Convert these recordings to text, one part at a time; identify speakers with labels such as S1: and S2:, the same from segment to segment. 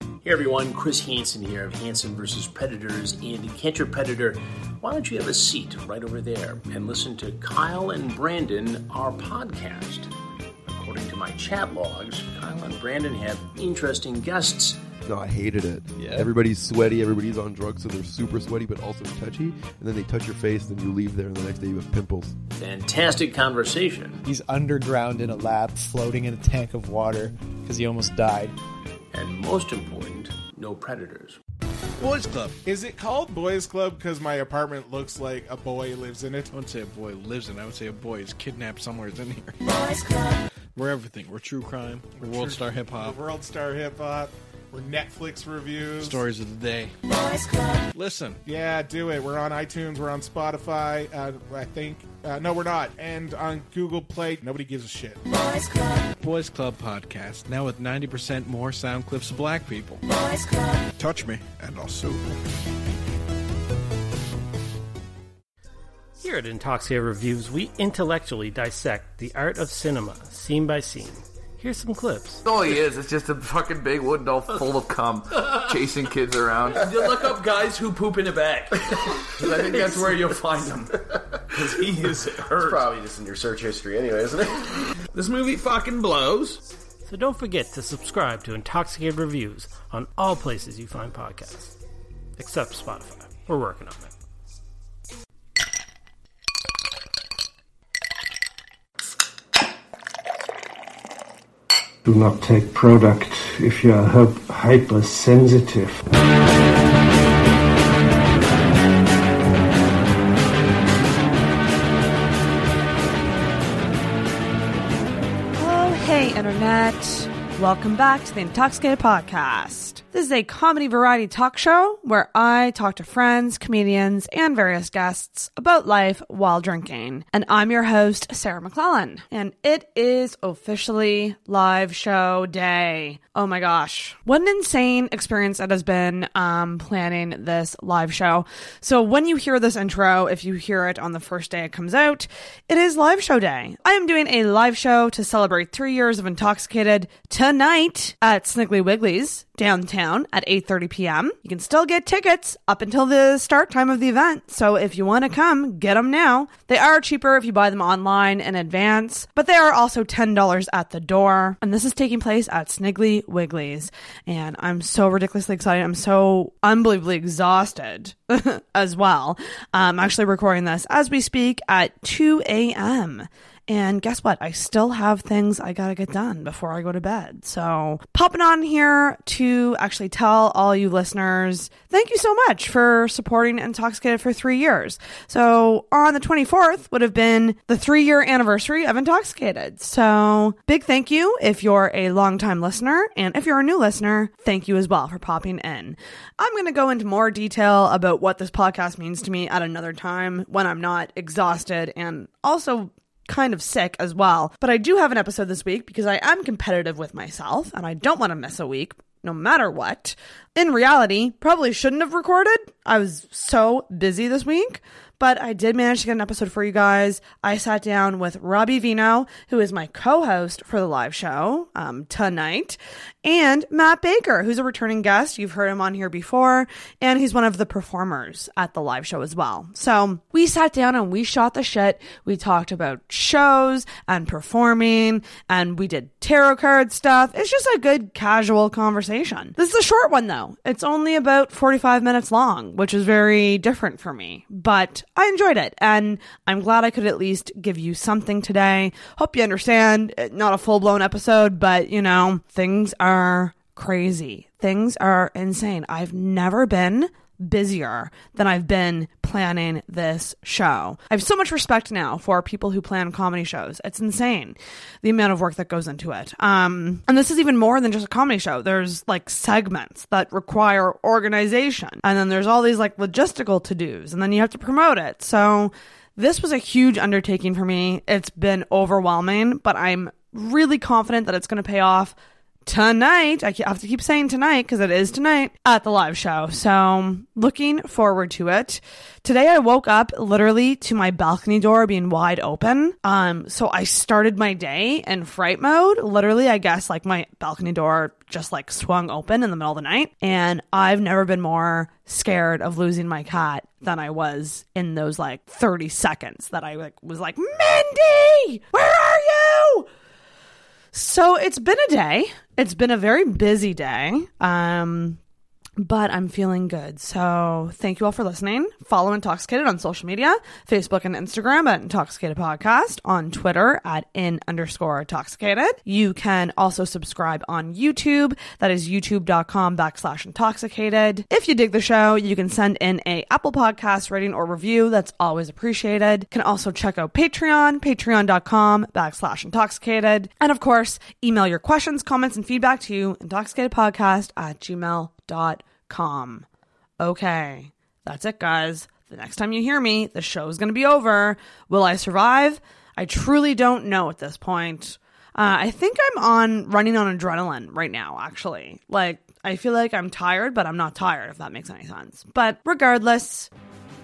S1: Hey everyone, Chris Hansen here of Hansen vs. Predators. And catch your predator, why don't you have a seat right over there and listen to Kyle and Brandon, our podcast? According to my chat logs, Kyle and Brandon have interesting guests.
S2: No, I hated it.
S3: Yeah.
S2: Everybody's sweaty, everybody's on drugs, so they're super sweaty but also touchy. And then they touch your face, then you leave there, and the next day you have pimples.
S1: Fantastic conversation.
S3: He's underground in a lab, floating in a tank of water because he almost died.
S1: And most important, no predators.
S4: Boys Club.
S5: Is it called Boys Club because my apartment looks like a boy lives in it?
S4: I wouldn't say a boy lives in. it. I would say a boy is kidnapped somewhere in here.
S6: Boys Club.
S4: We're everything. We're true crime. We're world star hip hop.
S5: World Star Hip Hop, or Netflix reviews.
S4: Stories of the day.
S6: Boys Club.
S4: Listen,
S5: Yeah, do it. We're on iTunes. We're on Spotify. Uh, I think. Uh, no, we're not. And on Google Play. Nobody gives a shit.
S6: Boys Club.
S4: Boys Club podcast now with ninety percent more sound clips of black people.
S6: Boys Club.
S4: Touch me, and I'll sue.
S7: Here at Intoxia Reviews, we intellectually dissect the art of cinema, scene by scene. Here's some clips.
S8: all he is. It's just a fucking big wooden doll full of cum chasing kids around.
S9: You look up guys who poop in a bag. 'Cause I think that's where you'll find them. Because he is hurt. probably just in your search history anyway, isn't it? This movie fucking blows.
S7: So don't forget to subscribe to Intoxicated Reviews on all places you find podcasts, except Spotify. We're working on it.
S10: Do not take product if you are hy- hypersensitive.
S11: Oh, hey, Internet. Welcome back to the Intoxicated Podcast. This is a comedy variety talk show where I talk to friends, comedians, and various guests about life while drinking. And I'm your host, Sarah McClellan. And it is officially live show day. Oh my gosh. What an insane experience it has been um, planning this live show. So, when you hear this intro, if you hear it on the first day it comes out, it is live show day. I am doing a live show to celebrate three years of Intoxicated tonight at Snickly Wiggly's downtown at 8.30 p.m. You can still get tickets up until the start time of the event, so if you want to come, get them now. They are cheaper if you buy them online in advance, but they are also $10 at the door. And this is taking place at Sniggly Wiggly's, and I'm so ridiculously excited. I'm so unbelievably exhausted as well. I'm actually recording this as we speak at 2 a.m. And guess what? I still have things I gotta get done before I go to bed. So, popping on here to actually tell all you listeners, thank you so much for supporting Intoxicated for three years. So, on the 24th would have been the three year anniversary of Intoxicated. So, big thank you if you're a longtime listener. And if you're a new listener, thank you as well for popping in. I'm gonna go into more detail about what this podcast means to me at another time when I'm not exhausted and also kind of sick as well. But I do have an episode this week because I am competitive with myself and I don't want to miss a week no matter what. In reality, probably shouldn't have recorded. I was so busy this week, but I did manage to get an episode for you guys. I sat down with Robbie Vino, who is my co-host for the live show um, tonight, and Matt Baker, who's a returning guest. You've heard him on here before, and he's one of the performers at the live show as well. So we sat down and we shot the shit. We talked about shows and performing, and we did tarot card stuff. It's just a good casual conversation. This is a short one though. It's only about 45 minutes long, which is very different for me, but I enjoyed it and I'm glad I could at least give you something today. Hope you understand, eh, not a full-blown episode, but you know, things are crazy. Things are insane. I've never been busier than I've been planning this show. I have so much respect now for people who plan comedy shows. It's insane the amount of work that goes into it. Um, and this is even more than just a comedy show. There's like segments that require organization, and then there's all these like logistical to dos, and then you have to promote it. So this was a huge undertaking for me. It's been overwhelming, but I'm really confident that it's going to pay off tonight. I ke- I have to keep saying tonight because it is tonight at the live show. So um, looking forward to it. Today I woke up literally to my balcony door being wide open. Um, so I started my day in fright mode. Literally, I guess like my balcony door just like swung open in the middle of the night, and I've never been more scared of losing my cat than I was in those like 30 seconds that I like was like, Mindy, where are you? So it's been a day. It's been a very busy day. Um, but I'm feeling good. So thank you all for listening. Follow Intoxicated on social media, Facebook and Instagram at Intoxicated Podcast, on Twitter at in underscore intoxicated. You can also subscribe on YouTube. That is youtube.com backslash intoxicated. If you dig the show, you can send in a Apple Podcast rating or review. That's always appreciated. Can also check out Patreon, patreon.com backslash intoxicated. And of course, email your questions, comments, and feedback to intoxicatedpodcast at gmail.com com. Okay, that's it, guys. The next time you hear me, the show's going to be over. Will I survive? I truly don't know at this point. Uh, I think I'm on running on adrenaline right now, actually. Like, I feel like I'm tired, but I'm not tired, if that makes any sense. But regardless,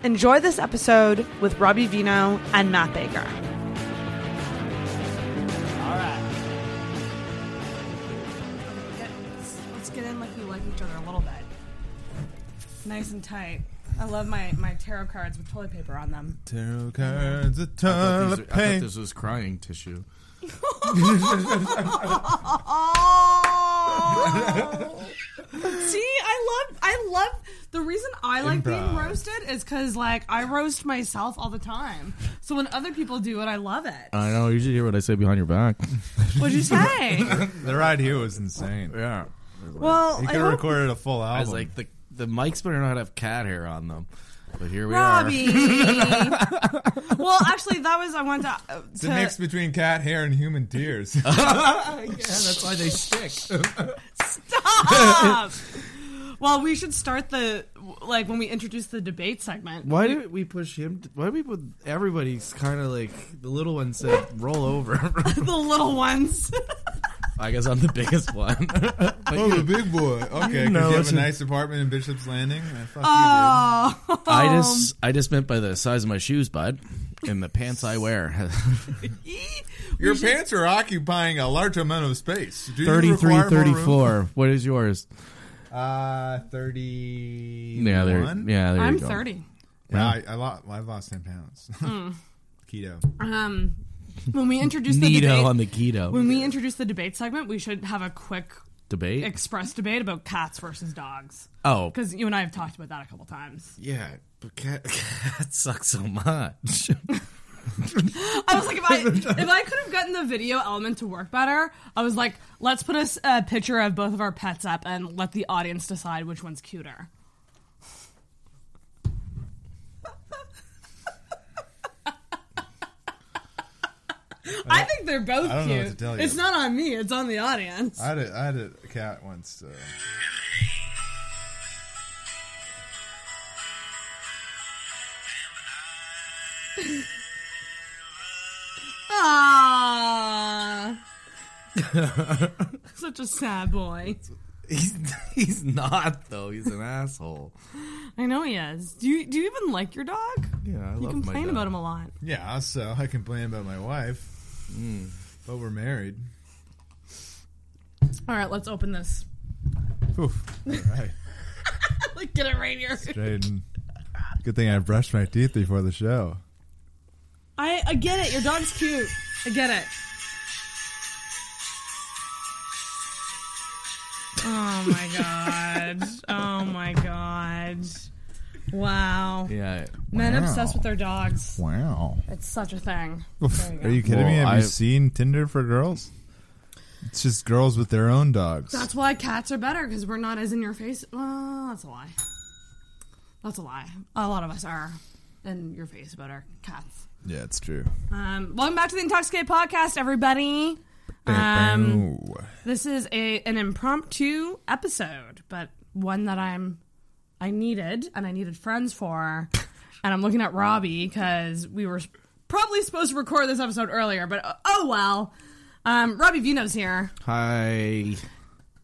S11: enjoy this episode with Robbie Vino and Matt Baker. Let's get in like we like each other a little bit. Nice and tight. I love my, my tarot cards with toilet paper on them.
S12: Tarot cards, a
S4: I thought, these
S12: toilet
S4: are- I thought
S12: paper.
S4: this was crying tissue. Oh!
S11: See, I love, I love. The reason I like being
S4: Improv.
S11: roasted is because, like, I roast myself all the time. So when other people do it, I love it.
S4: I know. You should hear what I say behind your back.
S11: What'd you say?
S5: the ride here was insane. Yeah.
S11: Well,
S5: he
S11: I
S5: could have
S11: hope-
S5: recorded a full album.
S4: I was like, the the mics better not have cat hair on them. But here we
S11: Robbie.
S4: are.
S11: well, actually, that was I wanted to. Uh,
S5: it's
S11: to
S5: a mix between cat hair and human tears.
S4: yeah, that's why they stick.
S11: Stop. well, we should start the like when we introduce the debate segment.
S4: Why did we push him? Why did we put everybody's kind of like the little one said, roll over.
S11: the little ones?
S4: I guess I'm the biggest one. But
S5: oh, the
S4: you-
S5: big boy. Okay, because
S4: No,
S5: you have
S4: it's
S5: a
S4: a-
S5: nice apartment in Bishop's Landing. Uh, fuck
S11: Oh,
S4: I just I just meant by the size of my shoes, bud, and the pants I wear.
S5: you, dude. Your pants are occupying a large amount of space. Do you
S4: Thirty-three,
S5: require more room?
S4: thirty-four. What is yours?
S5: Uh, 31?
S4: Yeah, there- yeah, there you I'm go.
S11: 30.
S5: Yeah,
S4: Wow.
S5: I, I lost, I've lost 10 pounds.
S11: Mm.
S5: Keto.
S11: Um, when we introduce the
S4: Neato
S11: debate,
S4: on the keto.
S11: When we introduce the debate segment, we should have a quick
S4: Debate?
S11: express debate about cats versus dogs.
S4: Oh.
S11: because you and I have talked about that a couple times.
S4: Yeah, but cat, cat sucks so much.
S11: I was like, if I if I could have gotten the video element to work better, I was like, let's put a s- a picture of both of our pets up and let the audience decide which one's cuter. I think they're both
S5: I don't know
S11: cute.
S5: what to tell you.
S11: It's not on me; it's on the audience.
S5: I had a, I had a cat once. Uh,
S11: Ah, such a sad boy.
S4: he's he's not though. He's an asshole.
S11: I know he is. Do you do you even like your dog?
S4: Yeah, I love
S11: you
S4: my
S11: complain
S4: dog.
S11: about him a lot.
S5: yeah, so I complain about my wife. But we're married.
S11: All right, let's open this.
S5: Oof. All right.
S11: like, get it right here.
S5: Jaden. Good thing I brushed my teeth before the show.
S11: I, I get it. Your dog's cute. I get it. Oh my god. Oh my god. Wow.
S4: Yeah.
S11: Men
S5: Wow.
S11: obsessed with their dogs.
S5: Wow.
S11: It's such a thing. There
S5: Are you kidding me?
S4: Well,
S5: Have
S4: I-
S5: you seen Tinder for girls? It's just girls with their own dogs.
S11: That's why cats are better because we're not as in your face. Well, that's a lie. That's a lie. A lot of us are in your face about our cats.
S5: Yeah, it's true.
S11: Um, welcome back to the Intoxicated Podcast, everybody. Um, this is a an impromptu episode, but one that I'm I needed and I needed friends for, and I'm looking at Robbie because we were probably supposed to record uh, this episode earlier, but oh well. Um, Robbie Vino's here.
S4: Hi.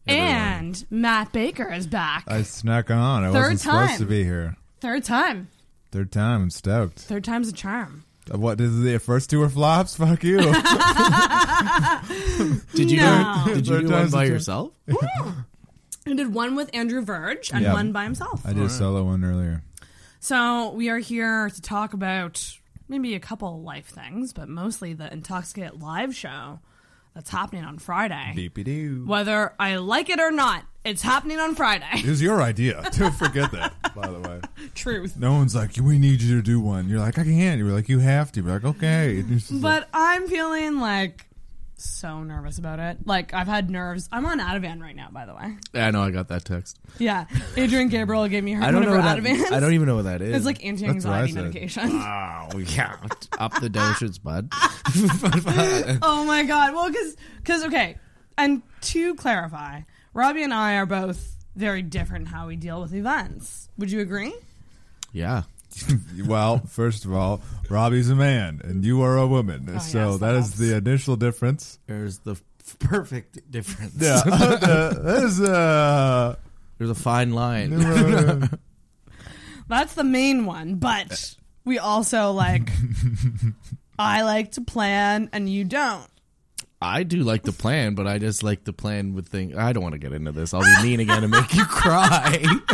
S11: And Matt Baker is back.
S5: I snuck on. I was
S11: Third
S5: wasn't
S11: time.
S5: supposed to be here.
S11: Third time.
S5: Third time. I'm stoked. Uh,
S11: Third time's a charm.
S5: What is the first two were flops? Fuck you.
S8: Did you
S11: No.
S8: do, did you
S5: Third
S8: do one
S5: time's
S8: by
S5: the charm.
S8: yourself?
S11: I did one with Andrew Verge and
S5: Yeah.
S11: one by himself.
S5: I did a solo one earlier.
S11: So we are here to talk about maybe a couple life things, but mostly the Intoxicate live show that's happening on Friday.
S5: Beepy doo.
S11: Whether I like it or not, it's happening on Friday.
S5: It was your idea. Don't forget that. By the way,
S11: Truth.
S5: no one's like, we need you to do one. You're like, I can't. You're like, you have to. You're like, okay. And it's just like,
S11: But I'm feeling like so nervous about it. Like I've had nerves. I'm on Ativan right now, by the way.
S8: Yeah, I know. I got that text.
S11: Yeah, Adrian Gabriel gave me her
S8: I
S11: one
S8: don't know.
S11: of her
S8: What that,
S11: Ativans.
S8: I don't even know what that is.
S11: It's like anti-anxiety medication.
S8: Wow. Yeah. Up the dosages, bud.
S11: oh my god. Well, because okay, and to clarify, Robbie and I are both very different in how we deal with events. Would you agree?
S5: Yeah. well, first of all, Robbie's a man and you are a woman. so that is the initial difference.
S8: There's the perfect difference.
S5: Yeah. Uh, there's uh, a
S8: there's a fine line.
S11: That's the main one, but we also like I like to plan and you don't.
S8: I do like the plan, but I just like the plan with thing. I don't want to get into this. I'll be mean again and make you cry.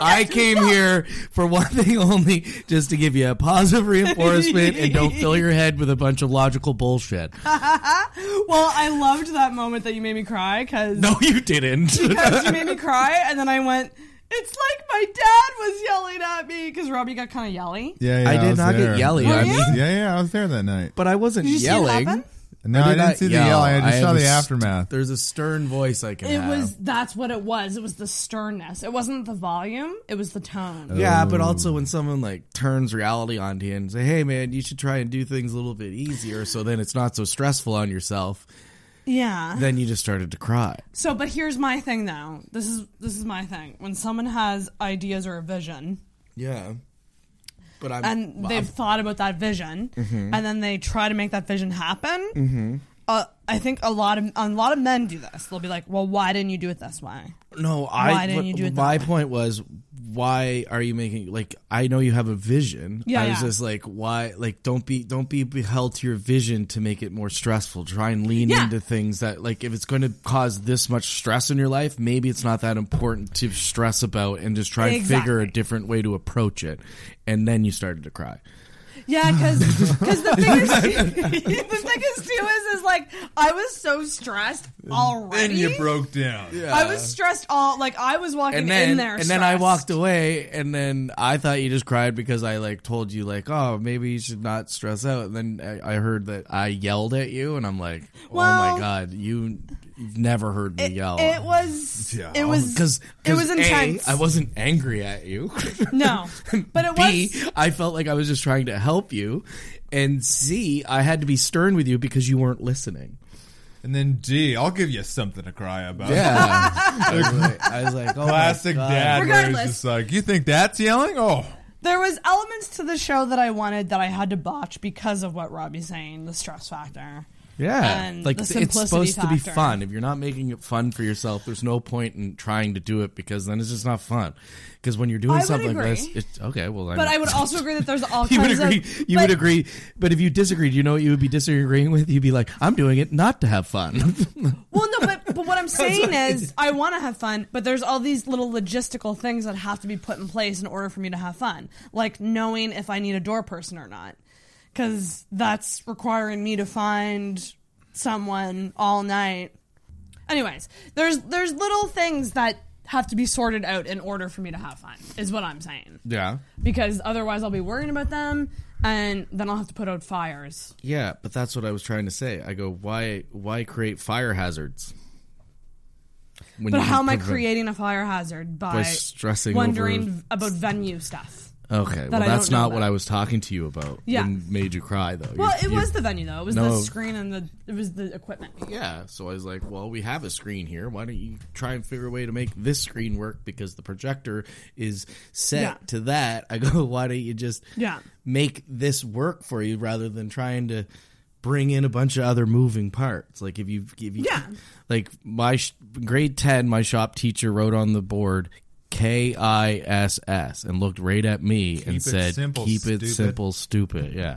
S8: I came here for one thing only, just to give you a positive reinforcement and don't fill your head with a bunch of logical bullshit.
S11: well, I loved that moment that you made me cry because
S8: No, you didn't.
S11: because you made me cry, and then I went. It's like my dad was yelling at me because Robbie got kind of yelly.
S5: Yeah, yeah,
S8: I did
S5: was
S8: not get
S5: there.
S8: yelly.
S11: Were
S8: I
S11: you?
S8: mean-
S5: yeah, yeah, I was there that night.
S8: But I wasn't
S11: Did you see it
S8: yelling.
S11: happen?
S5: No, I didn't
S8: not
S5: see the yell. I just saw
S8: am
S5: the
S8: st-
S5: aftermath.
S8: There's a stern voice I can
S11: It
S8: have.
S11: was that's what it was. It was the sternness. It wasn't the volume. It was the tone.
S8: Yeah, but also when someone like turns reality on you and say, "Hey, man, you should try and do things a little bit easier," so then it's not so stressful on yourself.
S11: yeah.
S8: Then you just started to cry.
S11: So, but here's my thing though. This is this is my thing. When someone has ideas or a vision,
S8: Yeah, but I'm
S11: and they've thought about that vision,
S8: Mhm.
S11: and then they try to make that vision happen,
S8: Mhm.
S11: uh, I think a lot of a lot of men do this. They'll be like, "Well, why didn't you do it this way?"
S8: No, I.
S11: Why didn't you do it that
S8: My point was, why are you making like? I know you have a vision.
S11: Yeah,
S8: I was
S11: yeah.
S8: just like, why? Like, don't be, don't be held to your vision to make it more stressful. Try and lean
S11: Yeah.
S8: into things that, like, if it's going to cause this much stress in your life, maybe it's not that important to stress about, and just try and figure a different way to approach it. And then you started to cry.
S11: Yeah, because the thing is, the thing is too is is like I was so stressed
S5: And
S11: already.
S5: you broke down.
S11: I was stressed all like I was walking
S8: and then
S11: in there,
S8: and then I walked away, and then I thought you just cried because I like told you like, oh, maybe you should not stress out. And then I, I heard that I yelled at you, and I'm like, oh
S11: Well-
S8: my god, you you've never heard me yell. Oh,
S11: It was it was
S8: because
S11: it was intense.
S8: I I wasn't angry at you.
S11: no, but it
S8: B,
S11: was
S8: I felt like I was just trying to help you, and C, I had to be stern with you because you weren't listening.
S5: And then D, I'll give you something to cry about.
S8: Yeah. I was like- I was like, oh my
S5: classic
S8: God.
S5: dad. Where he's
S11: Regardless.
S5: just like, you think that's yelling? Oh,
S11: there was elements to the show that I wanted that I had to botch because of what Robbie's saying, the stress factor. and
S8: like
S11: the
S8: th- it's
S11: simplicity
S8: supposed to be
S11: factor.
S8: fun. If you're not making it fun for yourself, there's no point in trying to do it because then it's just not fun. Because when you're
S11: I
S8: doing
S11: would
S8: something like this,
S11: agree.
S8: it's okay. Well,
S11: But I would also agree that there's all
S8: you would
S11: kinds
S8: agree.
S11: of
S8: you
S11: but-
S8: would agree. But if you disagreed, you know what you would be disagreeing with. You'd be like, "I'm doing it not to have fun."
S11: Well, no, but but what I'm saying is I want to have fun, but there's all these little logistical things that have to be put in place in order for me to have fun, like knowing if I need a door person or not, because that's requiring me to find someone all night. Anyways, there's there's little things that have to be sorted out in order for me to have fun. Is what I'm saying,
S8: yeah,
S11: because otherwise I'll be worrying about them, and then I'll have to put out fires.
S8: yeah. But that's what I was trying to say. I go, why, why create fire hazards? When
S11: but
S8: you
S11: how
S8: can
S11: am I
S8: prevent-
S11: creating a fire hazard by,
S8: By stressing
S11: wondering
S8: over-
S11: v- about venue stuff?
S8: Okay,
S11: that
S8: well,
S11: I
S8: that's
S11: don't know
S8: not what
S11: about.
S8: I was talking to you about.
S11: Yeah.
S8: and made you cry though.
S11: Well,
S8: You-
S11: it
S8: you-
S11: was the venue though. It was
S8: No.
S11: the screen and the it was the equipment.
S8: Yeah, so I was like, well, we have a screen here. Why don't you try and figure a way to make this screen work because the projector is set
S11: Yeah.
S8: to that? I go, why don't you just
S11: Yeah.
S8: make this work for you rather than trying to
S3: bring in a bunch of other moving parts. Like if you if you
S11: Yeah.
S3: like my sh- grade 10 my shop teacher wrote on the board K I S S and looked right at me
S8: Keep
S3: and
S8: it
S3: said
S8: simple,
S3: keep it
S8: stupid."
S3: simple stupid. Yeah.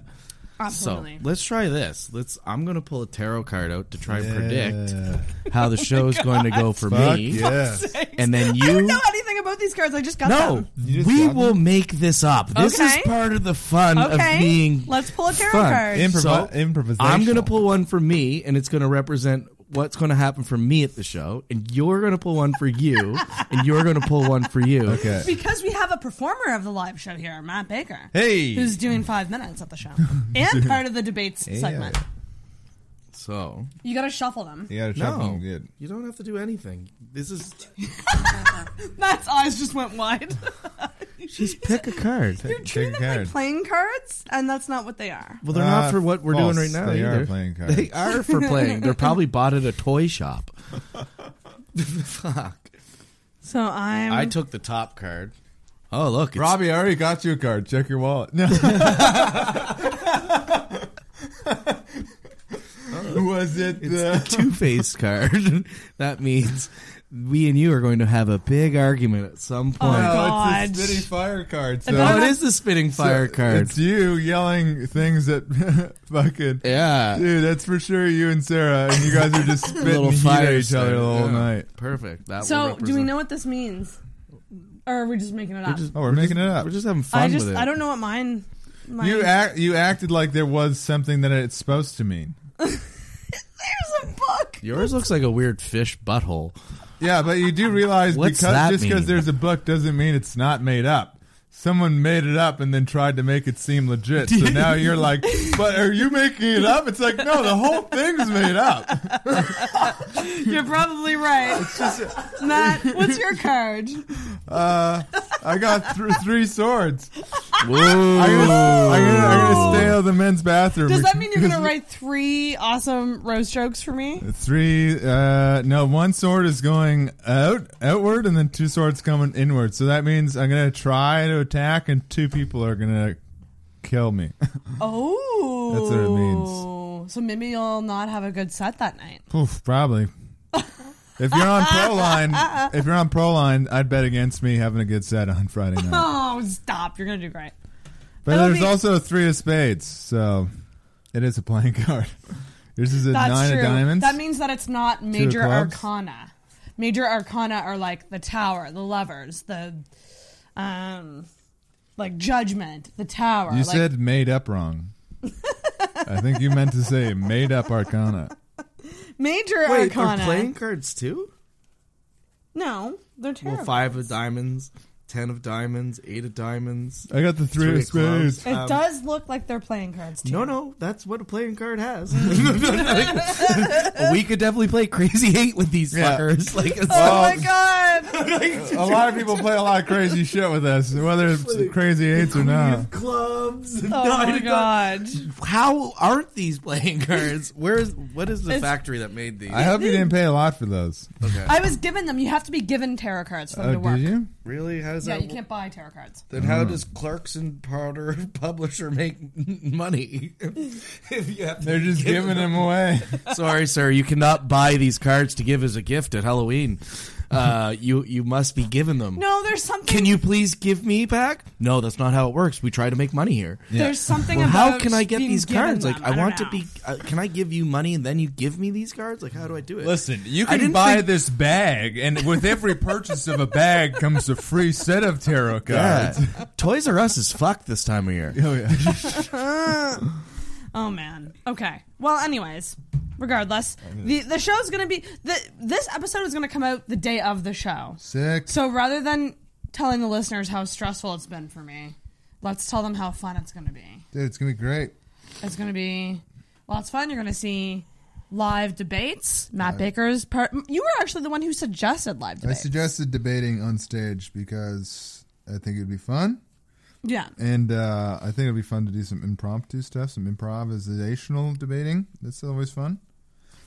S11: Absolutely.
S3: So, let's try this. Let's I'm going to pull a tarot card out to try
S8: Yeah.
S3: and predict how the
S11: Oh my
S3: show is going to go
S11: God.
S3: for
S8: Fuck
S3: me.
S8: yeah.
S3: And then you
S11: I don't know anything about these cards. I just got
S3: no,
S11: them.
S3: we will make this up. This
S11: Okay.
S3: is part of the fun
S11: Okay.
S3: of being.
S11: Let's pull a tarot
S3: fun.
S11: card.
S8: Improv-
S3: So,
S8: improvisational.
S3: I'm going to pull one for me, and it's going to represent what's going to happen for me at the show. And you're going to pull one for you, and you're going to pull one for you.
S8: Okay.
S11: Because we have a performer of the live show here, Matt Baker.
S3: Hey.
S11: Who's doing five minutes at the show. and part of the debates
S3: Yeah.
S11: segment.
S3: So
S11: You gotta shuffle them.
S3: no, You don't have to do anything. This is
S11: Matt's eyes just went wide.
S3: just pick a card.
S11: You're treating them like playing cards, and that's not what they are.
S3: Well, they're
S8: Uh,
S3: not for what we're
S8: false.
S3: doing right now.
S8: They are
S3: either.
S8: playing cards.
S3: They are for playing. They're probably bought at a toy shop. Fuck.
S11: So I'm.
S3: I took the top card. Oh look, it's
S8: Robbie, I already got you a card. Check your wallet. No. Was it the
S3: two faced card? that means we and you are going to have a big argument at some
S11: oh
S3: point.
S8: no, Oh, it's a spitting fire card. So
S3: Oh, it is the spitting fire
S8: So,
S3: card.
S8: It's you yelling things that fucking
S3: yeah,
S8: dude. That's for sure you and Sarah, and you guys are just spitting heat at each other the whole
S3: Yeah.
S8: night.
S3: Perfect. That
S11: so,
S3: will
S11: do we know what this means? Or are we just making it up?
S8: oh, we're, making it up. We're
S3: just having
S11: I just. I don't know what mine. mine
S8: You act. You acted like there was something that it's supposed to mean.
S3: Yours looks like a weird fish butthole.
S8: Yeah, but you do realize
S3: What's
S8: because
S3: that
S8: just because
S3: mean?
S8: there's a book doesn't mean it's not made up. Someone made it up and then tried to make it seem legit. So now you're like, but are you making it up? It's like, no, the whole thing's made up.
S11: You're probably right. Matt, what's your card?
S8: Uh, I got th- three swords. I'm gonna, I'm gonna- I'm
S2: Oh.
S8: gonna stay out of the men's bathroom.
S11: Does that mean you're gonna write three awesome roast jokes for me?
S8: Three, uh, no, one sword is going out, outward, and then two swords coming inward. So that means I'm gonna try to attack, and two people are gonna kill me.
S11: Oh,
S8: That's what it
S11: means. So maybe you'll not have a good set that night.
S8: Oof, probably. If you're on pro line, if you're on pro line, I'd bet against me having a good set on Friday night.
S11: Oh, stop! You're gonna do great.
S8: But
S11: That'll
S8: there's
S11: be-
S8: also a three of spades, so it is a playing card. This is a
S11: That's
S8: nine
S11: true.
S8: of diamonds.
S11: That means that it's not major
S8: clubs?
S11: arcana. Major arcana are like the tower, the lovers, the um, like judgment, the tower.
S8: you
S11: like,
S8: said made up wrong. I think you meant to say made up arcana.
S11: major
S3: Wait,
S11: arcana.
S3: they're playing cards too.
S11: No, they're terrible.
S3: Well, five of diamonds, ten of diamonds, eight of diamonds.
S8: I got the three of
S3: clubs.
S8: spades.
S11: It
S3: Um,
S11: does look like they're playing cards too.
S3: No, no, that's what a playing card has. we could definitely play Crazy Eight with these
S8: Yeah.
S3: fuckers. Like, it's-
S8: Well,
S11: Oh, god!
S8: a lot of people play a lot of crazy shit with us, whether it's crazy eights or not.
S3: clubs.
S11: Oh my god!
S3: How aren't these playing cards? Where is what is the factory that made these?
S8: I hope you didn't pay a lot for those.
S3: Okay.
S11: I was given them. You have to be given tarot cards for
S3: Uh,
S11: them
S8: Oh,
S11: to work.
S8: did you?
S3: Really? How does
S11: Yeah,
S3: that?
S11: you can't buy tarot cards.
S3: Then how does clerks and powder publisher make money? if you have to
S8: They're just
S3: give
S8: giving them away.
S3: Sorry, sir, you cannot buy these cards to give as a gift at Halloween. Uh, you you must be given them.
S11: No, there's something.
S3: Can you please give me back? No, that's not how it works. We try to make money here.
S11: There's something
S3: Well,
S11: about
S3: how can I get
S11: being
S3: these
S11: given
S3: cards?
S11: them.
S3: Like, I,
S11: I don't
S3: want
S11: know.
S3: to be. Uh, can I give you money and then you give me these cards? Like, how do I do it?
S8: Listen, you
S3: I
S8: can
S3: didn't
S8: buy
S3: think-
S8: this bag, and with every purchase of a bag comes a free set of tarot
S3: Yeah.
S8: cards.
S3: Toys R Us is fucked this time of year.
S8: Oh yeah.
S11: oh man. Okay. Well, anyways, regardless, the the show's gonna be the this episode is gonna come out the day of the show.
S8: Sick.
S11: So rather than telling the listeners how stressful it's been for me, let's tell them how fun it's gonna be.
S8: Dude, it's gonna be great.
S11: It's gonna be lots of fun. You're gonna see live debates. Matt Baker's part. You were actually the one who suggested live
S5: I
S11: debates.
S5: suggested debating on stage because I think it'd be fun.
S11: yeah.
S5: And uh, I think it'd be fun to do some impromptu stuff, some improvisational debating. That's always fun.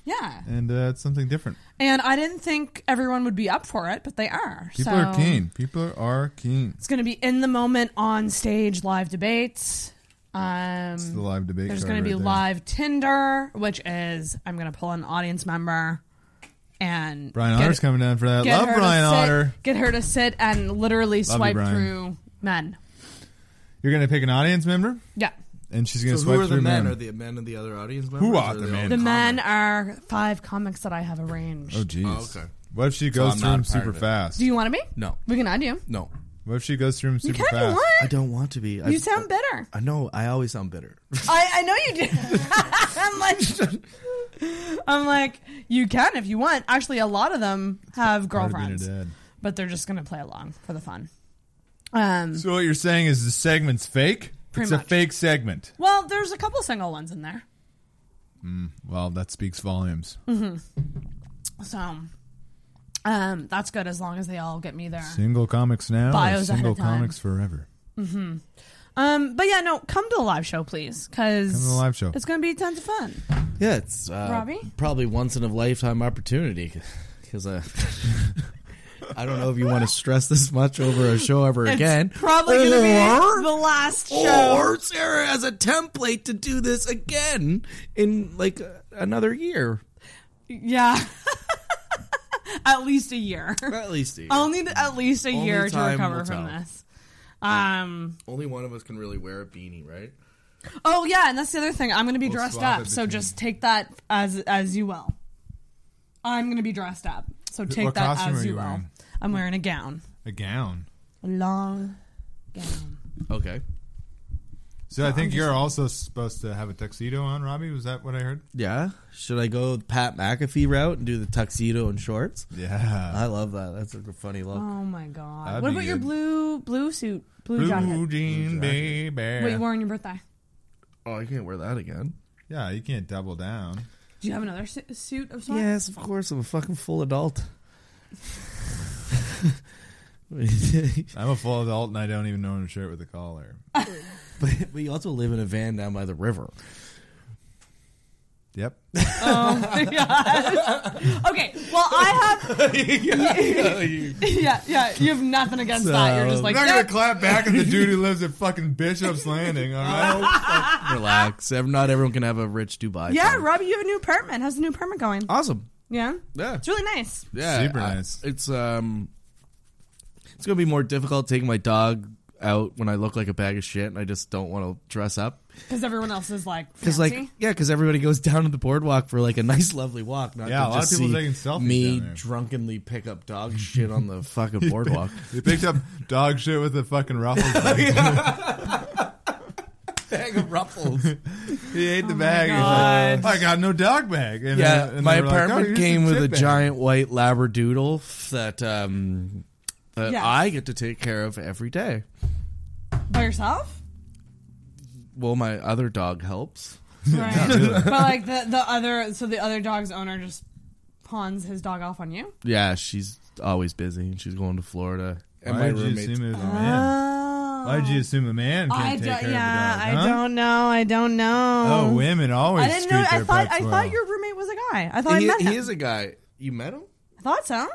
S11: Yeah.
S8: And uh, it's something different.
S11: And I didn't think everyone would be up for it, but they are.
S8: People
S11: so
S8: are keen. People are keen.
S11: It's going to be in the moment on stage live debates. Um,
S5: It's the live debate
S11: There's
S5: card
S11: going to be
S5: right there.
S11: live Tinder, which is I'm going to pull an audience member and
S8: Brian
S11: get-
S8: Otter's coming down for that.
S11: get
S8: Love
S11: her to
S8: Brian
S11: sit-
S8: Otter.
S11: Get her to sit and literally
S8: Love you,
S11: swipe
S8: Brian.
S11: through men.
S8: You're gonna pick an audience member.
S11: Yeah.
S8: And she's gonna
S3: So
S8: swipe
S3: who are the
S8: through
S3: men?
S8: men.
S3: Are the men of the other audience members?
S8: Who
S3: or
S8: are the
S3: they all-
S8: men?
S11: The men are five comics that I have arranged.
S8: Oh jeez.
S3: Oh, okay.
S8: What if she
S3: So
S8: goes
S3: I'm
S8: through
S3: not
S8: them
S3: a part
S8: super
S3: of it.
S8: fast?
S11: Do you want to be?
S3: No.
S11: We can add you.
S3: No.
S8: What if she goes through them
S11: You
S8: super
S11: kinda
S8: fast?
S11: want.
S3: I don't want to be.
S11: You sound bitter.
S3: I know. I always sound bitter.
S11: I, I know you do. I'm like, I'm like, you can if you want. Actually, a lot of them have
S8: Part of being a
S11: girlfriends,
S8: dad.
S11: but they're just gonna play along for the fun. Um,
S8: So what you're saying is the segment's fake?
S11: Pretty
S8: it's a
S11: much.
S8: fake segment.
S11: well, there's a couple single ones in there.
S8: Mm, well, that speaks volumes.
S11: hmm So, um, that's good as long as they all get me there.
S8: Single comics now. or
S11: Bios ahead
S8: single
S11: of time.
S8: comics forever.
S11: hmm Um, but yeah, no, come to the live show, please, because
S3: Come to the live show.
S11: It's gonna be tons of fun.
S3: Yeah, it's uh,
S11: Robbie?
S3: probably once in a lifetime opportunity because uh, I don't know if you want to stress this much over a show ever
S11: It's
S3: again.
S11: probably gonna be the last show.
S3: Or Sarah as a template to do this again in like uh, another year.
S11: Yeah. at least a year.
S3: At least a year.
S11: I'll need at least a
S3: Only
S11: year to
S3: time
S11: recover
S3: will
S11: from
S3: tell.
S11: this. Um.
S3: Only one of us can really wear a beanie, right?
S11: Oh yeah, and that's the other thing. I'm going to be
S3: We'll
S11: dressed
S3: swap
S11: up,
S3: it
S11: so
S3: between-
S11: just take that as as you will. I'm going to be dressed up, so
S8: Wh-
S11: take
S8: what
S11: that
S8: costume
S11: as
S8: are
S11: you
S8: you
S11: will.
S8: wearing?
S11: I'm wearing a gown,
S8: A gown.
S11: a long gown.
S3: Okay.
S8: So I think you're also supposed to have a tuxedo on, Robbie. Was that what I heard?
S3: Yeah. Should I go the Pat McAfee route and do the tuxedo and shorts?
S8: Yeah.
S3: I love that. That's a funny
S11: Oh
S3: look.
S11: my god!
S3: That'd
S11: what
S3: be
S11: about your
S3: good.
S11: blue blue suit, blue, jacket?
S8: jean baby.
S11: What you wore on your birthday?
S3: Oh, I can't wear that again.
S8: Yeah, you can't double down.
S11: Do you have another su- suit of sorts?
S3: Yes, of course. I'm a fucking full adult.
S8: I'm a full adult and I don't even know when to share it with a collar.
S3: But we also live in a van down by the river.
S8: Yep.
S11: Oh my gosh. Okay. Well, I have. yeah, yeah. You have nothing against that. You're just like
S8: I'm not gonna
S11: "Nope."
S8: clap back at the dude who lives at fucking Bishop's Landing. All right.
S3: Relax. Ev- Not everyone can have a rich Dubai.
S11: yeah,
S3: thing.
S11: Robbie, you have a new apartment. How's the new apartment going?
S3: Awesome.
S11: Yeah.
S3: Yeah.
S11: It's really nice.
S3: Yeah.
S8: Super
S3: I-
S8: nice.
S3: It's um, it's gonna be more difficult taking my dog out when I look like a bag of shit and I just don't want to dress up.
S11: Because everyone else is like,
S3: Because like
S11: fancy.
S3: yeah, because everybody goes down to the boardwalk for like a nice, lovely walk. Not
S8: Yeah,
S3: to
S8: a lot
S3: just
S8: of people
S3: see
S8: taking selfies
S3: Me
S8: down there.
S3: drunkenly pick up dog shit on the fucking boardwalk.
S8: They picked up dog shit with a fucking ruffles. bag.
S3: Bag of ruffles.
S8: he
S11: Oh
S8: ate the
S3: my
S8: bag. He's like, "Oh, I got no dog bag. And
S3: yeah,
S8: then- and
S3: my
S8: they were like,
S3: apartment
S8: "Oh, here's
S3: came
S8: some
S3: with
S8: shit
S3: a
S8: bag."
S3: giant white labradoodle f- that um
S8: uh,
S3: that
S11: Yes.
S3: I get to take care of every day.
S11: by yourself.
S3: Well, my other dog helps.
S11: Right. but like the the other, so the other dog's owner just pawns his dog off on you.
S3: Yeah, she's always busy and she's going to Florida. And
S8: Why
S3: my
S8: did you
S3: roommate's
S8: assume it was a man? Why would you assume a man can't
S11: Oh. I
S8: take
S11: don't.
S8: care
S11: Yeah,
S8: of a dog?
S11: I
S8: huh?
S11: don't know. I don't know.
S8: Oh, women always.
S11: I didn't
S8: treat
S11: know. I
S8: their
S11: thought
S8: pets
S11: I
S8: well.
S11: thought your roommate was a guy. I thought
S3: he,
S11: I met him.
S3: he is a guy. You met him
S11: thought so.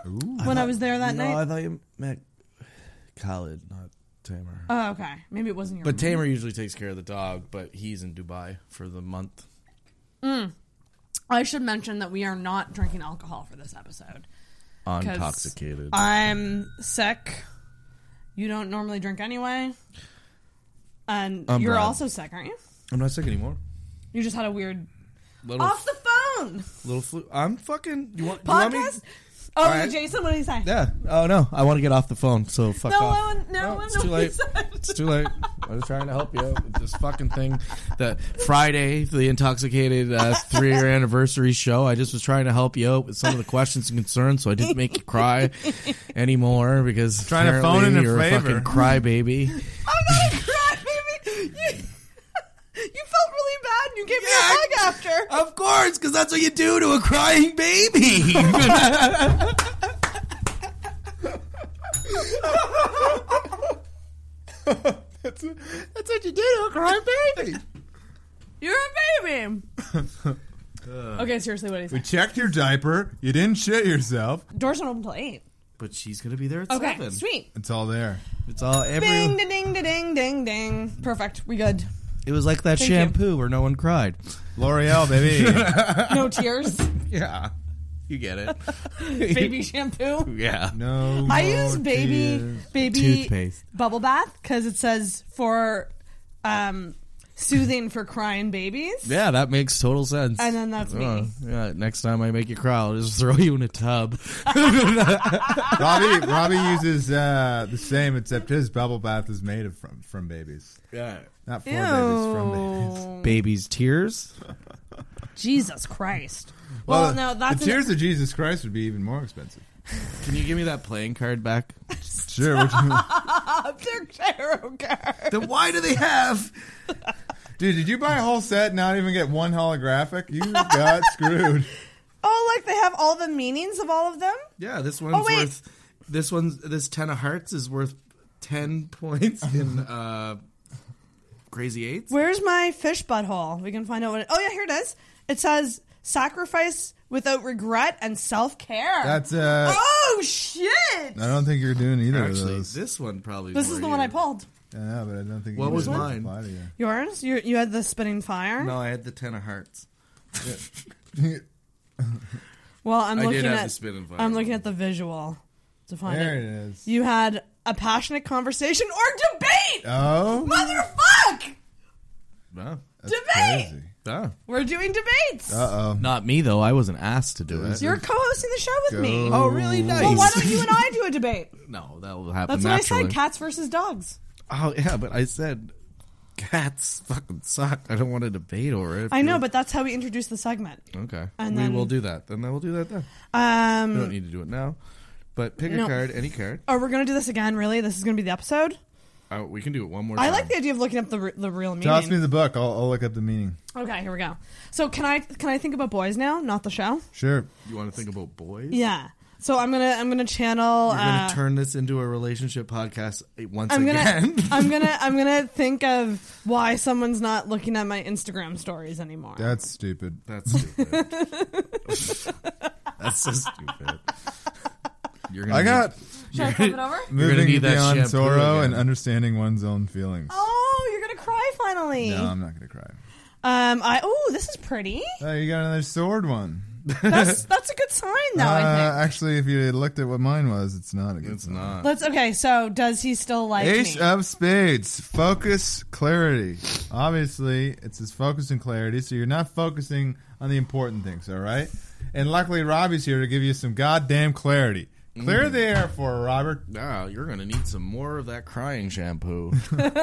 S11: When I, was there that
S3: no,
S11: night.
S3: I thought you met Khalid, not Tamer.
S11: Oh, okay. Maybe it wasn't your.
S3: but Tamer
S11: roommate.
S3: usually takes care of the dog, but he's in Dubai for the month.
S11: Mm. I should mention that we are not drinking alcohol for this episode. 'Cause
S3: Intoxicated.
S11: I'm sick. You don't normally drink anyway, and
S3: I'm
S11: you're
S3: Brad.
S11: also sick, aren't you?
S3: I'm not sick anymore.
S11: You just had a weird
S3: Little
S11: off the phone
S3: little flu. I'm fucking. You want, you want me-
S11: podcast. Oh,
S3: All right.
S11: Jason, what did he say?
S3: Yeah. Oh no, I want to get off the phone. So fuck
S11: No,
S3: off.
S11: one- no, one
S3: it's
S11: knows
S3: too
S11: what he
S3: late.
S11: said.
S3: It's too late. I was trying to help you out with this fucking thing. That Friday, the intoxicated uh, three-year anniversary show. I just was trying to help you out with some of the questions and concerns, so I didn't make you cry anymore because
S8: Trying to phone
S3: apparently
S8: in a
S3: you're a
S8: favor.
S3: fucking crybaby.
S11: I'm not a cry, baby. You, you felt really bad. and You gave me a hug after.
S8: Oh.
S3: Of course, because that's what you do to a crying baby.
S8: that's, that's what you do to a crying baby.
S11: You're a baby. Okay, seriously, what did he
S8: We
S11: say?
S8: checked your diaper. You didn't shit yourself.
S11: Doors don't open till eight.
S3: But she's gonna be there at
S11: Okay,
S3: seven.
S11: sweet.
S8: It's all there.
S3: It's all every.
S11: Bing, da, ding, da, ding, ding, ding. Perfect. We good.
S3: It was like that
S11: Thank you.
S3: shampoo where no one cried.
S5: L'Oreal, baby.
S11: no tears.
S3: yeah, you get it.
S11: baby shampoo.
S3: Yeah.
S5: No.
S11: I use baby baby
S3: Toothpaste.
S11: bubble bath because it says for um, soothing for crying babies.
S3: Yeah, that makes total sense. Uh,
S11: And then that's me.
S3: yeah, next time I make you cry, I'll just throw you in a tub.
S5: Robbie Robbie uses uh, the same, except his bubble bath is made of from from babies.
S3: Yeah.
S5: Not for babies, from babies.
S3: Baby's tears.
S11: Jesus Christ. Well, no, that's
S5: the
S11: an-
S5: tears of Jesus Christ would be even more expensive.
S3: Can you give me that playing card back?
S5: sure. Which one?
S11: They're tarot cards.
S3: Then why do they have?
S5: Dude, did you buy a whole set and not even get one holographic? You got screwed.
S11: Oh, like they have all the meanings of all of them.
S3: Yeah, this one's
S11: Oh, wait.
S3: worth. This one's this ten of hearts is worth ten points in uh, crazy eights.
S11: Where's my fish butthole? We can find out what. It, oh yeah, here it is. It says sacrifice without regret and self care.
S5: That's, uh,
S11: Oh shit!
S5: I don't think you're doing either
S3: Actually,
S5: of those.
S3: This one probably.
S11: This is the one I pulled.
S5: I know, but I don't think.
S3: What
S5: either
S3: was
S5: of those
S3: mine?
S5: apply to you.
S11: Yours? You, you had the spinning fire?
S3: No, I had the ten of hearts.
S11: Well, I'm
S3: I
S11: looking
S3: did have
S11: at
S3: the spinning fire.
S11: I'm looking at the visual to find
S3: There
S11: it.
S3: it is.
S11: You had a passionate conversation or debate.
S5: Oh.
S11: motherfuck!
S3: Wow.
S11: Debate.
S3: Yeah.
S11: We're doing debates.
S3: oh. Not me though. I wasn't asked to do it.
S11: You're co-hosting the show with me.
S3: Go. Oh, really?
S11: Well, why
S3: Nice.
S11: don't you and I do a debate?
S3: no, that will happen.
S11: That's what
S3: naturally.
S11: I said. Cats versus dogs.
S3: Oh yeah, but I said cats fucking suck. I don't want to debate over it.
S11: I know, but that's how we introduce the segment.
S3: okay,
S11: And
S3: we
S11: then-
S3: will do that. Then we'll do that then.
S11: Um,
S3: we don't need to do it now. But pick
S11: no.
S3: a card, any card.
S11: Oh, we're gonna do this again? Really? This is gonna be the episode?
S3: Oh, we can do it one more.
S11: I
S3: time.
S11: like the idea of looking up the re- the real meaning.
S5: Toss me the book. I'll, I'll look up the meaning.
S11: okay, here we go. So can I can I think about boys now, not the show?
S5: Sure.
S3: You want to think about boys?
S11: Yeah. So I'm gonna I'm gonna channel.
S3: You're
S11: uh,
S3: gonna turn this into a relationship podcast once
S11: I'm gonna
S3: again.
S11: I'm gonna I'm gonna think of why someone's not looking at my Instagram stories anymore.
S5: That's stupid.
S3: That's stupid. That's so stupid. You're
S5: I got.
S11: Should I flip it over?
S3: You're gonna
S5: Moving
S3: need that
S5: beyond
S3: shampoo
S5: sorrow
S3: again.
S5: and understanding one's own feelings.
S11: Oh, you're gonna cry finally.
S5: No, I'm not gonna cry.
S11: Um, I oh, this is pretty.
S5: Oh, you got another sword one.
S11: That's that's a good sign though. I
S5: Uh, actually, if you had looked at what mine was, it's not a good It's
S11: think.
S5: not.
S11: Let's okay. So does he still like
S5: Ace
S11: me?
S5: of Spades, focus, clarity. Obviously, it's his focus and clarity, so you're not focusing on the important things, all right? And luckily, Robbie's here to give you some goddamn clarity. Clear
S3: Mm-hmm.
S5: the air for Robert.
S3: Nah, you're gonna need some more of that crying shampoo. if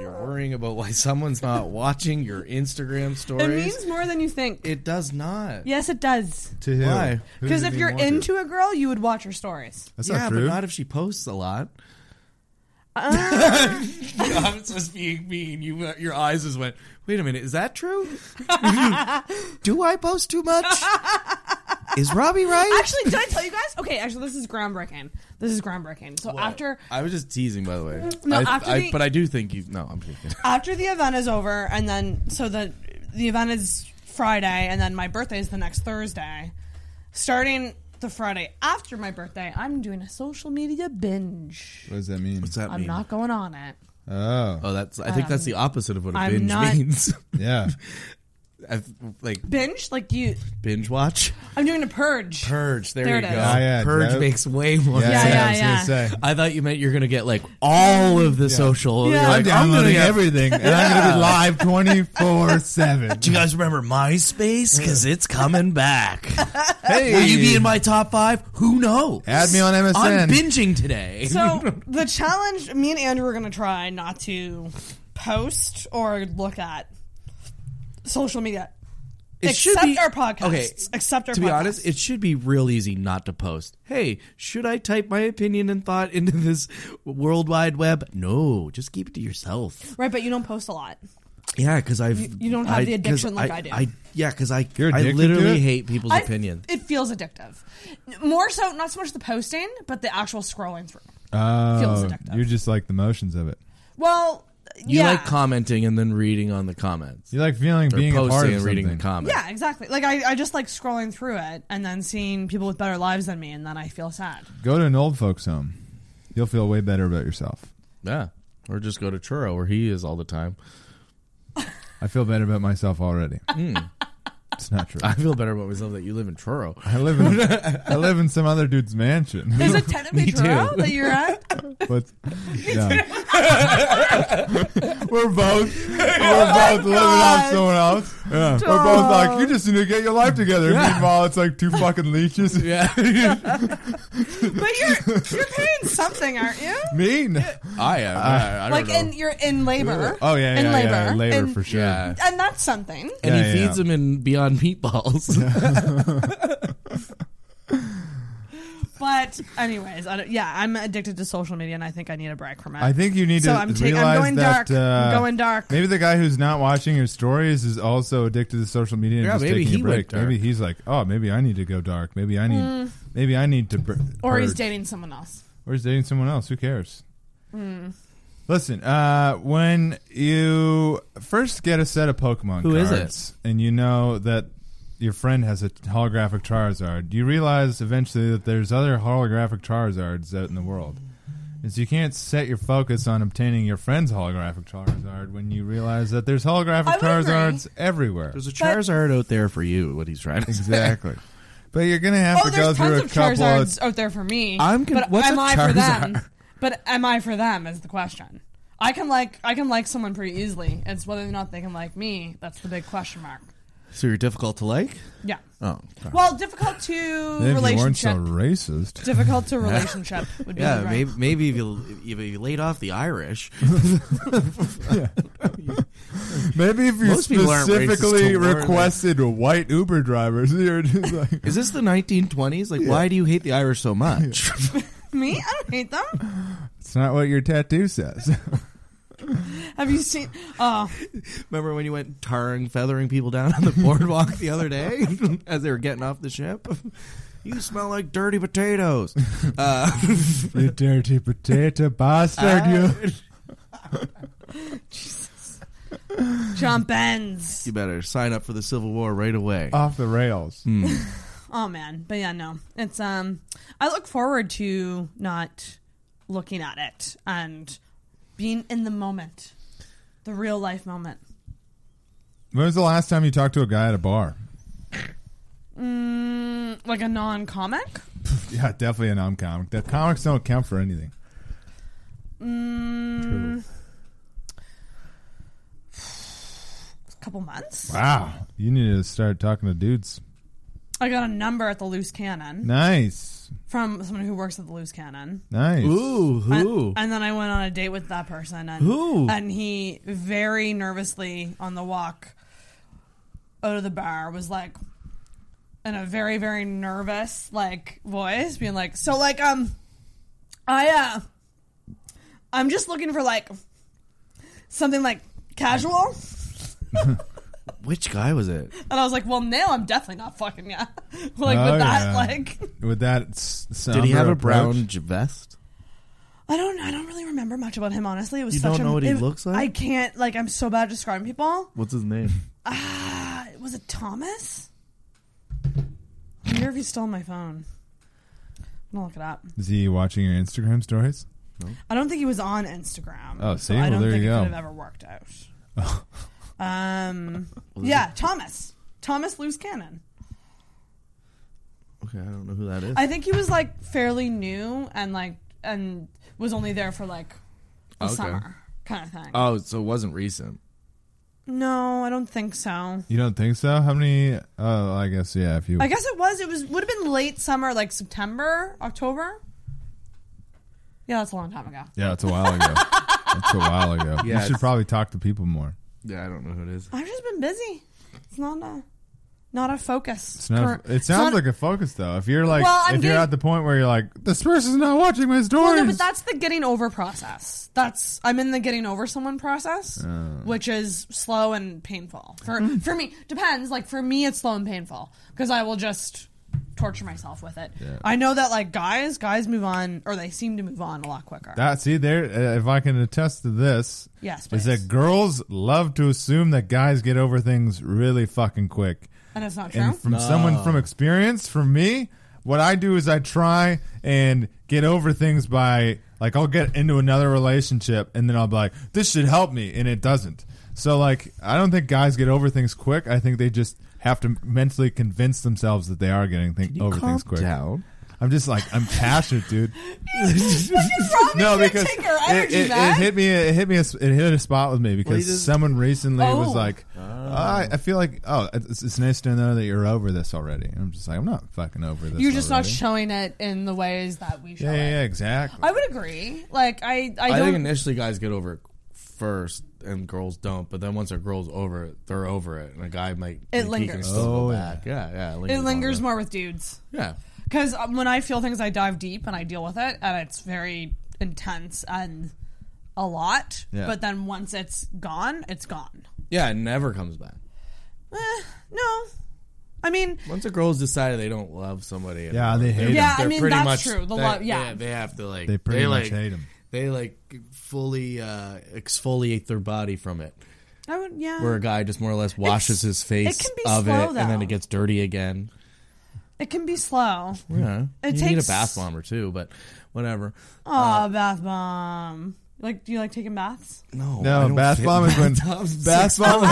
S3: you're worrying about why someone's not watching your Instagram
S11: it
S3: stories,
S11: means more than you think.
S3: It does not.
S11: Yes, it does.
S5: to who?
S3: Why?
S5: Who
S11: Because
S5: does
S11: if
S5: he
S11: you're
S5: want to?
S11: into a girl, you would watch her stories.
S3: yeah, but not if she posts a lot.
S11: Uh.
S3: I'm just being mean. You, uh, your eyes just went. Wait a minute, is that true? Do I post too much? is Robbie right?
S11: Actually, did I tell you guys? Okay, actually, this is groundbreaking. This is groundbreaking. So after
S3: I was just teasing, by the way.
S11: No,
S3: I,
S11: after
S3: I-
S11: the-
S3: but I do think you. No, I'm just kidding.
S11: after the event is over, and then so the the event is Friday, and then my birthday is the next Thursday. Starting the Friday after my birthday, I'm doing a social media binge.
S5: What does that mean?
S3: What's that
S11: I'm not going on it.
S5: Oh,
S3: oh, that's. I think that's
S11: Um,
S3: the opposite of what a
S11: I'm
S3: binge
S11: not-
S3: means.
S5: yeah,
S3: I've, like
S11: Binge like you.
S3: binge watch.
S11: I'm doing a purge.
S3: Purge. There,
S11: There
S3: you
S11: it
S3: go.
S11: is. Yeah,
S5: yeah,
S3: Purge
S5: that-
S3: makes way more.
S5: Yeah,
S3: sense.
S11: yeah, yeah, I was
S5: gonna yeah. say.
S3: I thought you meant you're gonna get like all of the social.
S5: I'm
S3: You're like,
S5: downloading
S3: doing it.
S5: everything, and I'm going to be live twenty four seven.
S3: Do you guys remember MySpace? Because it's coming back.
S5: Hey,
S3: Will you be in my top five? Who knows?
S5: Add me on MSN.
S3: I'm binging today.
S11: So the challenge, me and Andrew are going to try not to post or look at social media.
S3: It should
S11: except
S3: be-
S11: our podcasts.
S3: Okay,
S11: Except our
S3: to
S11: podcasts.
S3: be honest, it should be real easy not to post. Hey, should I type my opinion and thought into this world wide web? No, just keep it to yourself.
S11: right, but you don't post a lot.
S3: Yeah, because I've
S11: You- you don't have
S3: I-
S11: the
S3: 'cause
S11: addiction like I do.
S3: yeah, because I
S5: You're
S3: I
S5: addicted to
S3: literally
S5: it?
S3: hate people's
S11: I-
S3: opinion.
S11: It feels addictive. More so, not so much the posting, but the actual scrolling through. Feels
S5: Oh,
S11: addictive.
S5: you just like the motions of it.
S11: Well,
S3: You
S11: yeah.
S3: like commenting and then reading on the comments.
S5: You like feeling
S3: Or
S5: being a
S3: posting
S5: part of
S3: and reading the
S5: something.
S3: comments.
S11: yeah, exactly. Like I, I just like scrolling through it and then seeing people with better lives than me, and then I feel sad.
S5: Go to an old folks' home. You'll feel way better about yourself.
S3: Yeah. or just go to Churro, where he is all the time.
S5: I feel better about myself already.
S3: Hmm.
S5: It's not true.
S3: I feel better about myself that you live in Truro.
S5: I live in I live in some other dude's mansion.
S11: There's a tenant in
S3: Me
S11: Ventura
S3: too.
S11: that you're at.
S5: But no. we're both
S3: Oh
S5: we're both living off someone else.
S8: Yeah.
S5: We're both like you just need to get your life together. Meanwhile, it's like two fucking leeches. Yeah.
S11: but you're you're paying something, aren't you?
S5: Me? No.
S3: I am. I, I don't
S11: like
S3: know.
S11: in you're in labor.
S3: Oh, yeah,
S11: in
S3: yeah,
S11: labor,
S3: yeah, labor
S11: and,
S3: for sure. Yeah.
S11: And that's something.
S3: and
S5: Yeah,
S3: he
S5: yeah.
S3: feeds him in Beyond Meatballs.
S11: But anyways, I don't, yeah, I'm addicted to social media, and I think I need a break from it.
S5: I think you need
S11: so
S5: to
S11: I'm ta-
S5: realize
S11: I'm going
S5: that
S11: dark. I'm
S5: uh,
S11: going dark.
S5: Maybe the guy who's not watching your stories is also addicted to social media and
S11: Yeah,
S5: just
S11: maybe
S5: taking
S11: he
S5: a break.
S11: went dark.
S5: Maybe he's like, oh, maybe I need to go dark. Maybe I need,
S11: Mm.
S5: maybe I need to. Br-
S11: Or he's
S5: purge.
S11: dating someone else.
S5: Or he's dating someone else. Who cares?
S11: Mm.
S5: Listen, uh, when you first get a set of Pokemon
S3: Who is
S5: cards and you know that your friend has a holographic Charizard, you realize eventually that there's other holographic Charizards out in the world. And so you can't set your focus on obtaining your friend's holographic Charizard when you realize that there's holographic Charizards everywhere.
S3: There's a Charizard out there for you. What he's trying to say.
S5: Exactly. But you're gonna have
S11: oh,
S5: to go
S11: there's
S5: through
S11: tons
S5: a
S11: of
S5: couple of
S11: Charizards out there for me.
S3: I'm con-
S11: but
S3: what's
S11: am
S3: a
S11: I for them?
S3: Charizard?
S11: But am I for them is the question. I can like I can like someone pretty easily. It's whether or not they can like me. That's the big question mark.
S3: So you're difficult to like.
S11: Yeah.
S3: Oh. okay.
S11: Well, difficult to
S3: Then if you weren't
S11: relationship.
S3: so
S5: racist.
S11: Difficult to relationship would be
S3: yeah,
S11: the right.
S3: maybe, maybe if you if you laid off the Irish.
S5: Maybe if you
S3: Most people aren't racist
S5: specifically
S3: till we're-
S5: requested white Uber drivers, you're just like,
S3: Is this the 1920s? Like, why do you hate the Irish so much?
S11: Me? I don't hate them.
S5: it's not what your tattoo says.
S11: Have you seen? Oh,
S3: Remember when you went tarring, feathering people down on the boardwalk the other day as they were getting off the ship? You smell like dirty potatoes. Uh,
S5: you dirty potato bastard, you.
S11: John Benz.
S3: you better sign up for the Civil War right away.
S5: Off the rails.
S11: Oh man, but yeah, no. It's um I look forward to not looking at it and being in the moment. The real life moment.
S5: When was the last time you talked to a guy at a bar?
S11: Mm, like a non-comic?
S5: Yeah, definitely a non comic. The comics don't count for anything.
S11: Mm, a couple months.
S3: Ah.
S5: Wow. You need to start talking to dudes.
S11: I got a number at the Loose Cannon
S5: Nice.
S11: from someone who works at the Loose Cannon.
S5: Nice.
S3: Ooh,
S11: And, and then I went on a date with that person, and
S3: Who?
S11: and he very nervously on the walk out of the bar was like, in a very very nervous like voice, being like, "So like um, I uh, I'm just looking for like something like casual."
S3: Which guy was it?
S11: And I was like, "Well, now I'm definitely not fucking yeah." like
S5: Oh,
S11: with that,
S5: yeah.
S11: like
S5: With that s-
S3: Did he
S5: somber
S3: have a
S5: approach?
S3: brown j- vest?
S11: I don't. I don't really remember much about him. Honestly, it was.
S3: You
S11: such
S3: don't know
S11: a,
S3: what he
S11: it-
S3: looks like?
S11: I can't. Like, I'm so bad at describing people.
S3: What's his name?
S11: Ah, was it Thomas? I wonder if he stole my phone. I'm gonna look it up.
S5: Is he watching your Instagram stories?
S11: I don't think he was on Instagram.
S5: Oh,
S11: so
S5: see?
S11: I
S5: Well,
S11: don't
S5: there
S11: think
S5: you
S11: it
S5: go.
S11: could have ever worked out. um, yeah, Thomas. Thomas Loose Cannon.
S3: Okay, I don't know who that is.
S11: I think he was like fairly new and like and was only there for like the
S3: Okay.
S11: summer kind of thing.
S3: Oh, so it wasn't recent.
S11: no, I don't think so.
S5: You don't think so? How many? Oh, I guess, yeah, if you.
S11: I guess it was. It was would have been late summer, like September, October. Yeah, that's a long time ago.
S5: Yeah, it's a while ago. it's a while ago.
S3: Yeah,
S5: you
S3: it's-
S5: should probably talk to people more.
S3: Yeah, I don't know who it is.
S11: I've just been busy. It's not a not a focus.
S5: It's not, it sounds like a focus though. If you're like,
S11: Well, I'm
S5: if you're
S11: getting-
S5: at the point where you're like, this person's not watching my
S11: well,
S5: stories.
S11: no, but that's the getting over process. That's I'm in the getting over someone process,
S5: Oh. Mm.
S11: which is slow and painful for for me. Depends. Like for me, it's slow and painful because I will just torture myself with it.
S5: Yeah.
S11: I know that like guys, guys move on or they seem to move on a lot quicker.
S5: That see there, uh, if I can attest to this,
S11: Yes,
S5: is that girls love to assume that guys get over things really fucking quick.
S11: And it's not true?
S5: And from
S11: No.
S5: someone from experience, from me, What I do is I try and get over things by like I'll get into another relationship and then I'll be like, this should help me, and it doesn't. So like I don't think guys get over things quick. I think they just have to mentally convince themselves that they are getting thi- over
S3: calm
S5: things quick.
S3: down?
S5: I'm just like I'm passionate, dude.
S11: no, because I don't
S5: it,
S11: do
S5: it,
S11: that.
S5: it hit me. It hit me. a s- It hit a spot with me because
S11: just-
S5: someone recently
S11: Oh.
S5: was like, I, "I feel like oh, it's, it's nice to know that you're over this already." And I'm just like, I'm not fucking over this.
S11: You're just not
S5: already.
S11: showing it in the ways that we show
S5: Yeah, yeah,
S11: it.
S5: yeah, exactly.
S11: I would agree. Like I,
S3: I,
S11: I don't.
S3: think initially guys get over it first, and girls don't. But then once a girl's over it, they're over it, and a guy might think He
S11: It
S3: can
S11: lingers.
S3: still
S11: Oh,
S3: go
S11: yeah.
S3: back. Yeah, yeah.
S11: it lingers more with dudes.
S3: Yeah.
S11: Because um, when I feel things, I dive deep and I deal with it, and it's very intense and a lot.
S3: Yeah.
S11: But then once it's gone, it's gone. Eh,
S3: Yeah, it never comes back.
S11: No, I mean,
S3: Once a girl's decided they don't love somebody,
S5: Yeah,
S3: anymore,
S5: they hate 'em.
S11: Yeah, I
S3: they're
S11: mean,
S3: pretty
S11: that's
S3: much-
S11: true. The
S3: they-
S11: love- yeah.
S3: they, they have to like
S5: They pretty much
S3: like,
S5: hate 'em.
S3: They like fully uh, exfoliate their body from it.
S11: I would. Yeah.
S3: Where a guy just more or less washes his face
S11: it can be
S3: of
S11: slow,
S3: it, and then
S11: though.
S3: it gets dirty again.
S11: It can be slow.
S3: Yeah,
S11: It
S3: you
S11: takes
S3: need a bath bomb or two, but whatever.
S11: Oh, bath bomb. Like, do you like taking baths?
S3: No, I
S5: No,
S3: don't
S5: bath
S3: fit
S5: bomb
S3: in
S5: is when
S3: bathtubs.
S5: bath bomb.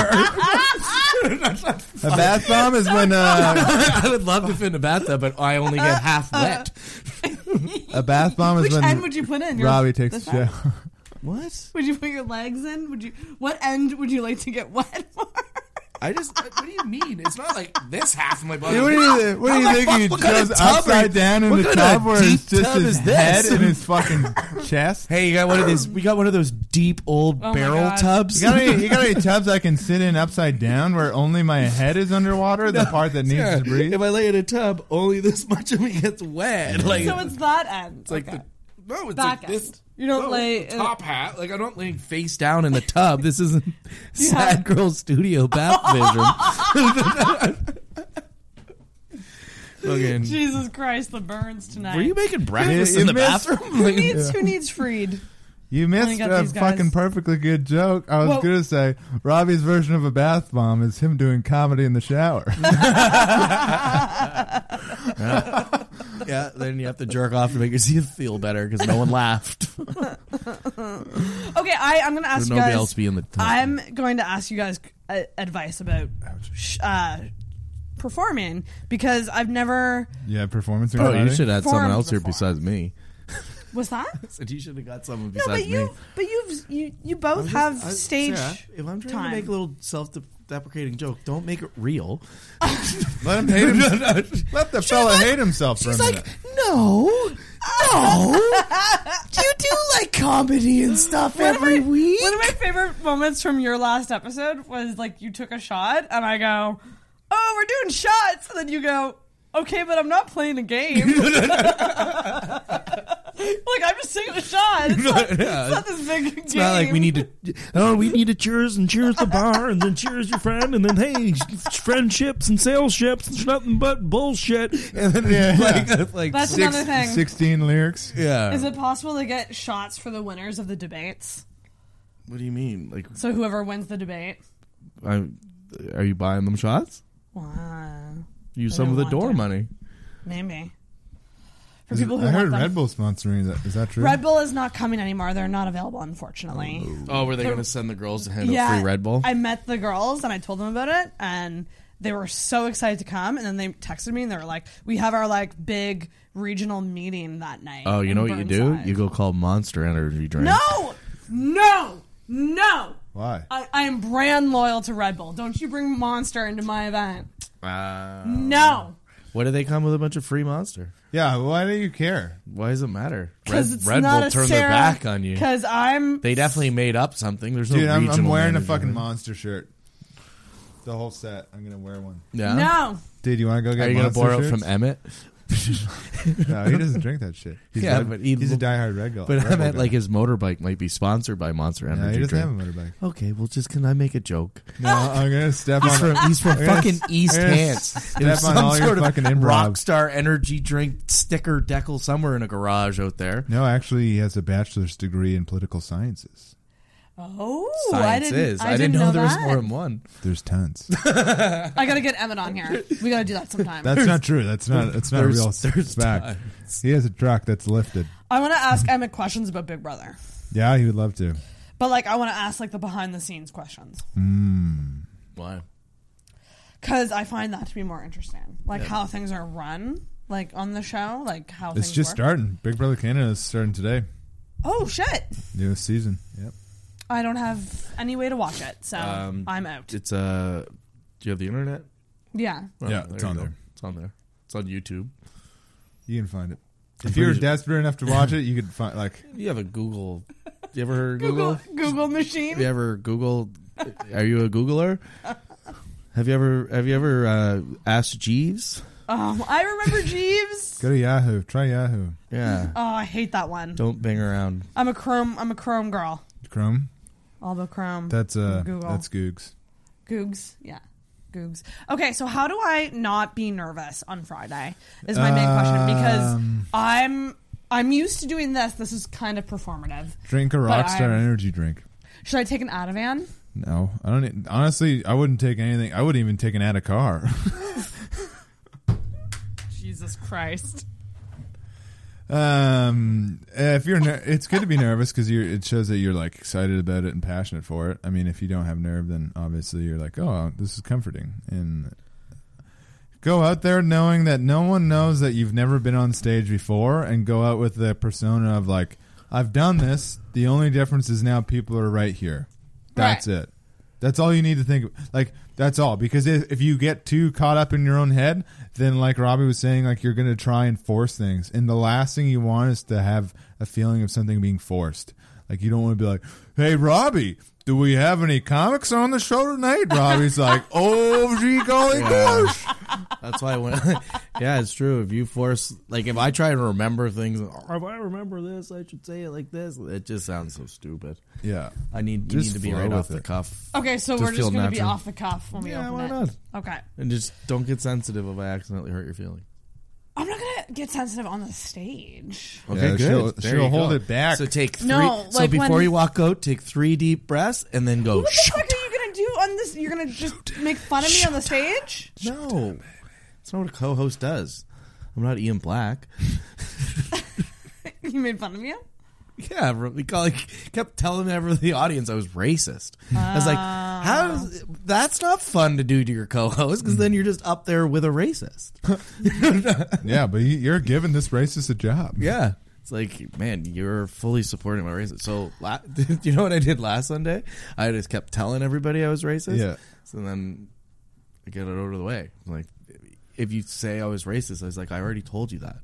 S5: a bath bomb is when uh,
S3: I would love to fit in a bathtub, but I only get half wet.
S5: a bath bomb is
S11: Which
S5: when
S11: end would you put in? Your-
S5: Robbie takes a
S11: this end?
S5: shower.
S3: What?
S11: Would you put your legs in? Would you? What end would you like to get wet?
S3: I just. What do you mean? It's not like this half of my body.
S5: Yeah, what do you, what do
S3: How
S5: you
S3: the
S5: think?
S3: fuck-
S5: He
S3: what kind of
S5: goes
S3: tub are-
S5: upside down in
S3: what
S5: the
S3: kind
S5: tub
S3: of
S5: where it's
S3: deep
S5: just
S3: tub
S5: his
S3: is this?
S5: head and his fucking chest.
S3: Hey, you got one of these. We got one of those deep old
S11: Oh my
S3: barrel
S11: God.
S3: tubs.
S5: You got, any, you got any tubs I can sit in upside down where only my head is underwater, the part that needs
S3: Yeah.
S5: to breathe?
S3: If I lay in a tub, only this much of me gets wet. Like
S11: so it's that end.
S3: it's like
S11: Okay.
S3: the, no, it's
S11: Back uh,
S3: like this.
S11: end. You don't
S3: no,
S11: lay-
S3: the top hat. Like I don't lay face down in the tub. This isn't sad girl studio bath bedroom. Fucking-
S11: Jesus Christ, the burns tonight.
S3: Were you making breakfast
S5: You
S3: in the
S5: missed-
S3: bathroom?
S11: Who
S3: Like-
S11: needs? Who needs Freed?
S5: You missed
S11: got
S5: a
S11: these guys.
S5: fucking perfectly good joke. I was
S11: Well-
S5: going to say Robbie's version of a bath bomb is him doing comedy in the shower.
S3: yeah. Yeah, then you have to jerk off to make yourself feel better because no one laughed.
S11: Okay, I, I'm going to ask
S3: Would
S11: you
S3: nobody
S11: guys.
S3: else be in the top?
S11: I'm going to ask you guys uh, advice about sh- uh, performing because I've never.
S5: yeah, performance.
S3: Oh, you
S5: anxiety.
S3: should add someone
S11: Forms
S3: else here besides me.
S11: Was that?
S3: said you should have got someone
S11: No,
S3: besides
S11: but you,
S3: me.
S11: but you've you you both have stage
S3: if I'm trying
S11: time.
S3: to make a little self-deprecating joke, don't make it real.
S5: let him hate him. let the fella hate himself for a
S3: She's
S5: minute.
S3: like, no, no. you do like comedy and stuff
S11: One of
S3: every
S11: my-
S3: week.
S11: One of my favorite moments from your last episode was like you took a shot and I go, "Oh, we're doing shots," and then you go, "Okay, but I'm not playing a game." like I'm just taking a shot. It's not,
S3: Yeah.
S11: it's not this big
S3: It's
S11: game.
S3: not like we need to. Oh, we need to cheers and cheers the bar and then cheers your friend and then hey, friendships and sales ships. It's nothing but bullshit. And then
S5: Yeah,
S3: like,
S5: yeah.
S3: like
S11: That's
S3: six-
S11: another thing.
S5: Sixteen lyrics.
S3: Yeah.
S11: Is it possible to get shots for the winners of the debates?
S3: what do you mean? Like,
S11: So whoever wins the debate,
S3: i are you buying them shots?
S11: wow,
S3: Use
S11: I
S3: some of
S11: don't
S3: the
S11: want
S3: door
S11: to.
S3: money.
S11: maybe for
S5: Is-
S11: people who
S5: I
S11: want
S5: heard
S11: them.
S5: Red Bull sponsoring that. Is that true?
S11: Red Bull is not coming anymore. They're not available, unfortunately.
S3: Oh, were they
S11: They're-
S3: going to send the girls to hand out free Red Bull?
S11: I met the girls and I told them about it, and they were so excited to come. And then they texted me and they were like, "We have our like big regional meeting that night."
S3: oh, you know
S11: in
S3: what you do?
S11: Burnside."
S3: You go call Monster Energy drink.
S11: no, no, no.
S5: Why?
S11: I, I am brand loyal to Red Bull. Don't you bring Monster into my event?
S3: Uh,
S11: No.
S3: Why do they come with a bunch of free Monster?
S5: Yeah. Why do you care?
S3: Why does it matter?
S11: 'Cause
S3: Red,
S11: it's
S3: Red
S11: not
S3: Bull
S11: a
S3: turned
S11: Sarah-
S3: their back on you.
S11: 'cause I'm-
S3: They definitely made up something. There's no
S5: Dude, I'm, I'm
S3: regional
S5: wearing a
S3: manager.
S5: fucking monster shirt. The whole set. I'm gonna wear one.
S3: Yeah.
S11: No.
S5: Dude, you want to go get?
S3: Are you gonna
S5: Monster
S3: borrow it
S5: shirts?
S3: from Emmett?
S5: no, he doesn't drink that shit. He's
S3: yeah,
S5: Red-
S3: but he,
S5: he's a diehard Red Bull.
S3: But
S5: Red
S3: I
S5: Bull
S3: meant
S5: guy.
S3: like his motorbike might be sponsored by Monster Energy.
S5: he doesn't
S3: drink.
S5: have a motorbike.
S3: Okay, well, just can I make a joke?
S5: No, I'm gonna step
S3: He's
S5: on.
S3: from, he's from
S5: I'm gonna
S3: fucking
S5: s-
S3: East
S5: I'm gonna
S3: Hants.
S5: Step
S3: There's
S5: on
S3: some
S5: all your
S3: sort of
S5: fucking improv.
S3: rockstar energy drink sticker decal somewhere in a garage out there.
S5: No, actually, he has a bachelor's degree in political sciences.
S11: Oh, I
S3: Science
S11: didn't,
S3: is.
S11: I
S3: I didn't know, there was
S11: that.
S3: more than one.
S5: There's tons.
S11: I gotta get Emmett on here. We gotta do that sometime.
S5: That's not true. That's not. That's not
S3: There's-
S5: real. Back. He has a truck that's lifted.
S11: I want to ask Emmett questions about Big Brother,
S5: Yeah, he would love to.
S11: but like I want to ask like the behind the scenes questions
S5: Mm.
S3: Why?
S11: because I find that to be more interesting, like
S5: Yeah.
S11: how things are run, like on the show, like how
S5: It's
S11: things
S5: just
S11: work.
S5: starting. Big Brother Canada is starting today.
S11: Oh shit!
S5: New season. Yep.
S11: I don't have any way to watch it, so
S5: Um,
S11: I'm out.
S3: It's uh, do you have the internet? Oh,
S11: Yeah.
S5: Yeah, it's
S3: you
S5: on
S3: go.
S5: there.
S3: It's on there. It's on YouTube.
S5: You can find it.
S3: I'm
S5: If you're
S3: pretty-
S5: desperate enough to watch it, you could find like
S3: You have a Google. You ever heard of Google?
S11: Google machine.
S3: You ever Google? Are you a Googler? Have you ever Have you ever uh, asked Jeeves?
S11: Oh, I remember Jeeves.
S5: go to Yahoo. Try Yahoo.
S3: Yeah.
S11: Oh, I hate that one.
S3: Don't bang around.
S11: I'm a Chrome. I'm a Chrome girl.
S5: Chrome.
S11: All about Chrome.
S5: That's uh.
S11: Google.
S5: That's Googs.
S11: Googs. Yeah. Googs. Okay, so how do I not be nervous on Friday? Is my main question because
S5: Um,
S11: I'm I'm used to doing this. This is kind of performative.
S5: Drink a
S11: But
S5: Rockstar
S11: I'm-
S5: energy drink.
S11: Should I take an Ativan?
S5: No, I don't. e- Honestly, I wouldn't take anything. I wouldn't even take an out of car.
S11: Jesus Christ.
S5: Um, if you're, ner- it's good to be nervous because you it shows that you're like excited about it and passionate for it. I mean, if you don't have nerve, then obviously you're like, oh, this is comforting. And go out there knowing that no one knows that you've never been on stage before, and go out with the persona of like, I've done this. The only difference is now people are right here. That's it. That's all you need to think. Of. Like that's all because if, if you get too caught up in your own head, then like Robbie was saying, like you're gonna try and force things, and the last thing you want is to have a feeling of something being forced. Like you don't want to be like, "Hey, Robbie, do we have any comics on the show tonight?" Robbie's like, "Oh, gee, golly
S3: Yeah.
S5: gosh!"
S3: That's why I went. yeah, it's true. If you force, like, if I try to remember things, "Oh, if I remember this, I should say it like this. It just sounds so stupid.
S5: Yeah,
S3: I need you
S5: Just
S3: need to be
S5: flow
S3: right
S5: with
S3: off the
S5: it.
S3: cuff.
S11: Okay, so
S3: Just
S11: we're just
S3: feel
S11: going to be
S3: natural.
S11: off the cuff when we
S3: Yeah,
S11: open
S3: why
S11: it.
S3: not?
S11: Okay.
S3: and just don't get sensitive if I accidentally hurt your feelings.
S11: I'm not going to get sensitive on the stage.
S3: Okay,
S5: Yeah,
S3: good.
S5: she'll-
S3: There
S5: she'll
S3: you
S5: hold
S3: go.
S5: it back.
S3: So take three.
S11: No,
S3: so
S11: like when-
S3: before you walk out, take three deep breaths and then go.
S11: What the fuck are you going to do on this? You're going to just make fun of me on the stage?
S3: No, it's not what a co-host does. I'm not Ian Black.
S11: you made fun of me?
S3: Yeah, we call, like, kept telling ever the audience I was racist. I was like, "How? Is, that's not fun to do to your co-host because then you're just up there with a racist."
S5: yeah, but you- you're giving this racist a job.
S3: Yeah, it's like, man, you're fully supporting my racism. So, la- you know what I did last Sunday? I just kept telling everybody I was racist.
S5: Yeah.
S3: So then I get it out of the way. I'm like, if you say I was racist, I was like, I already told you that.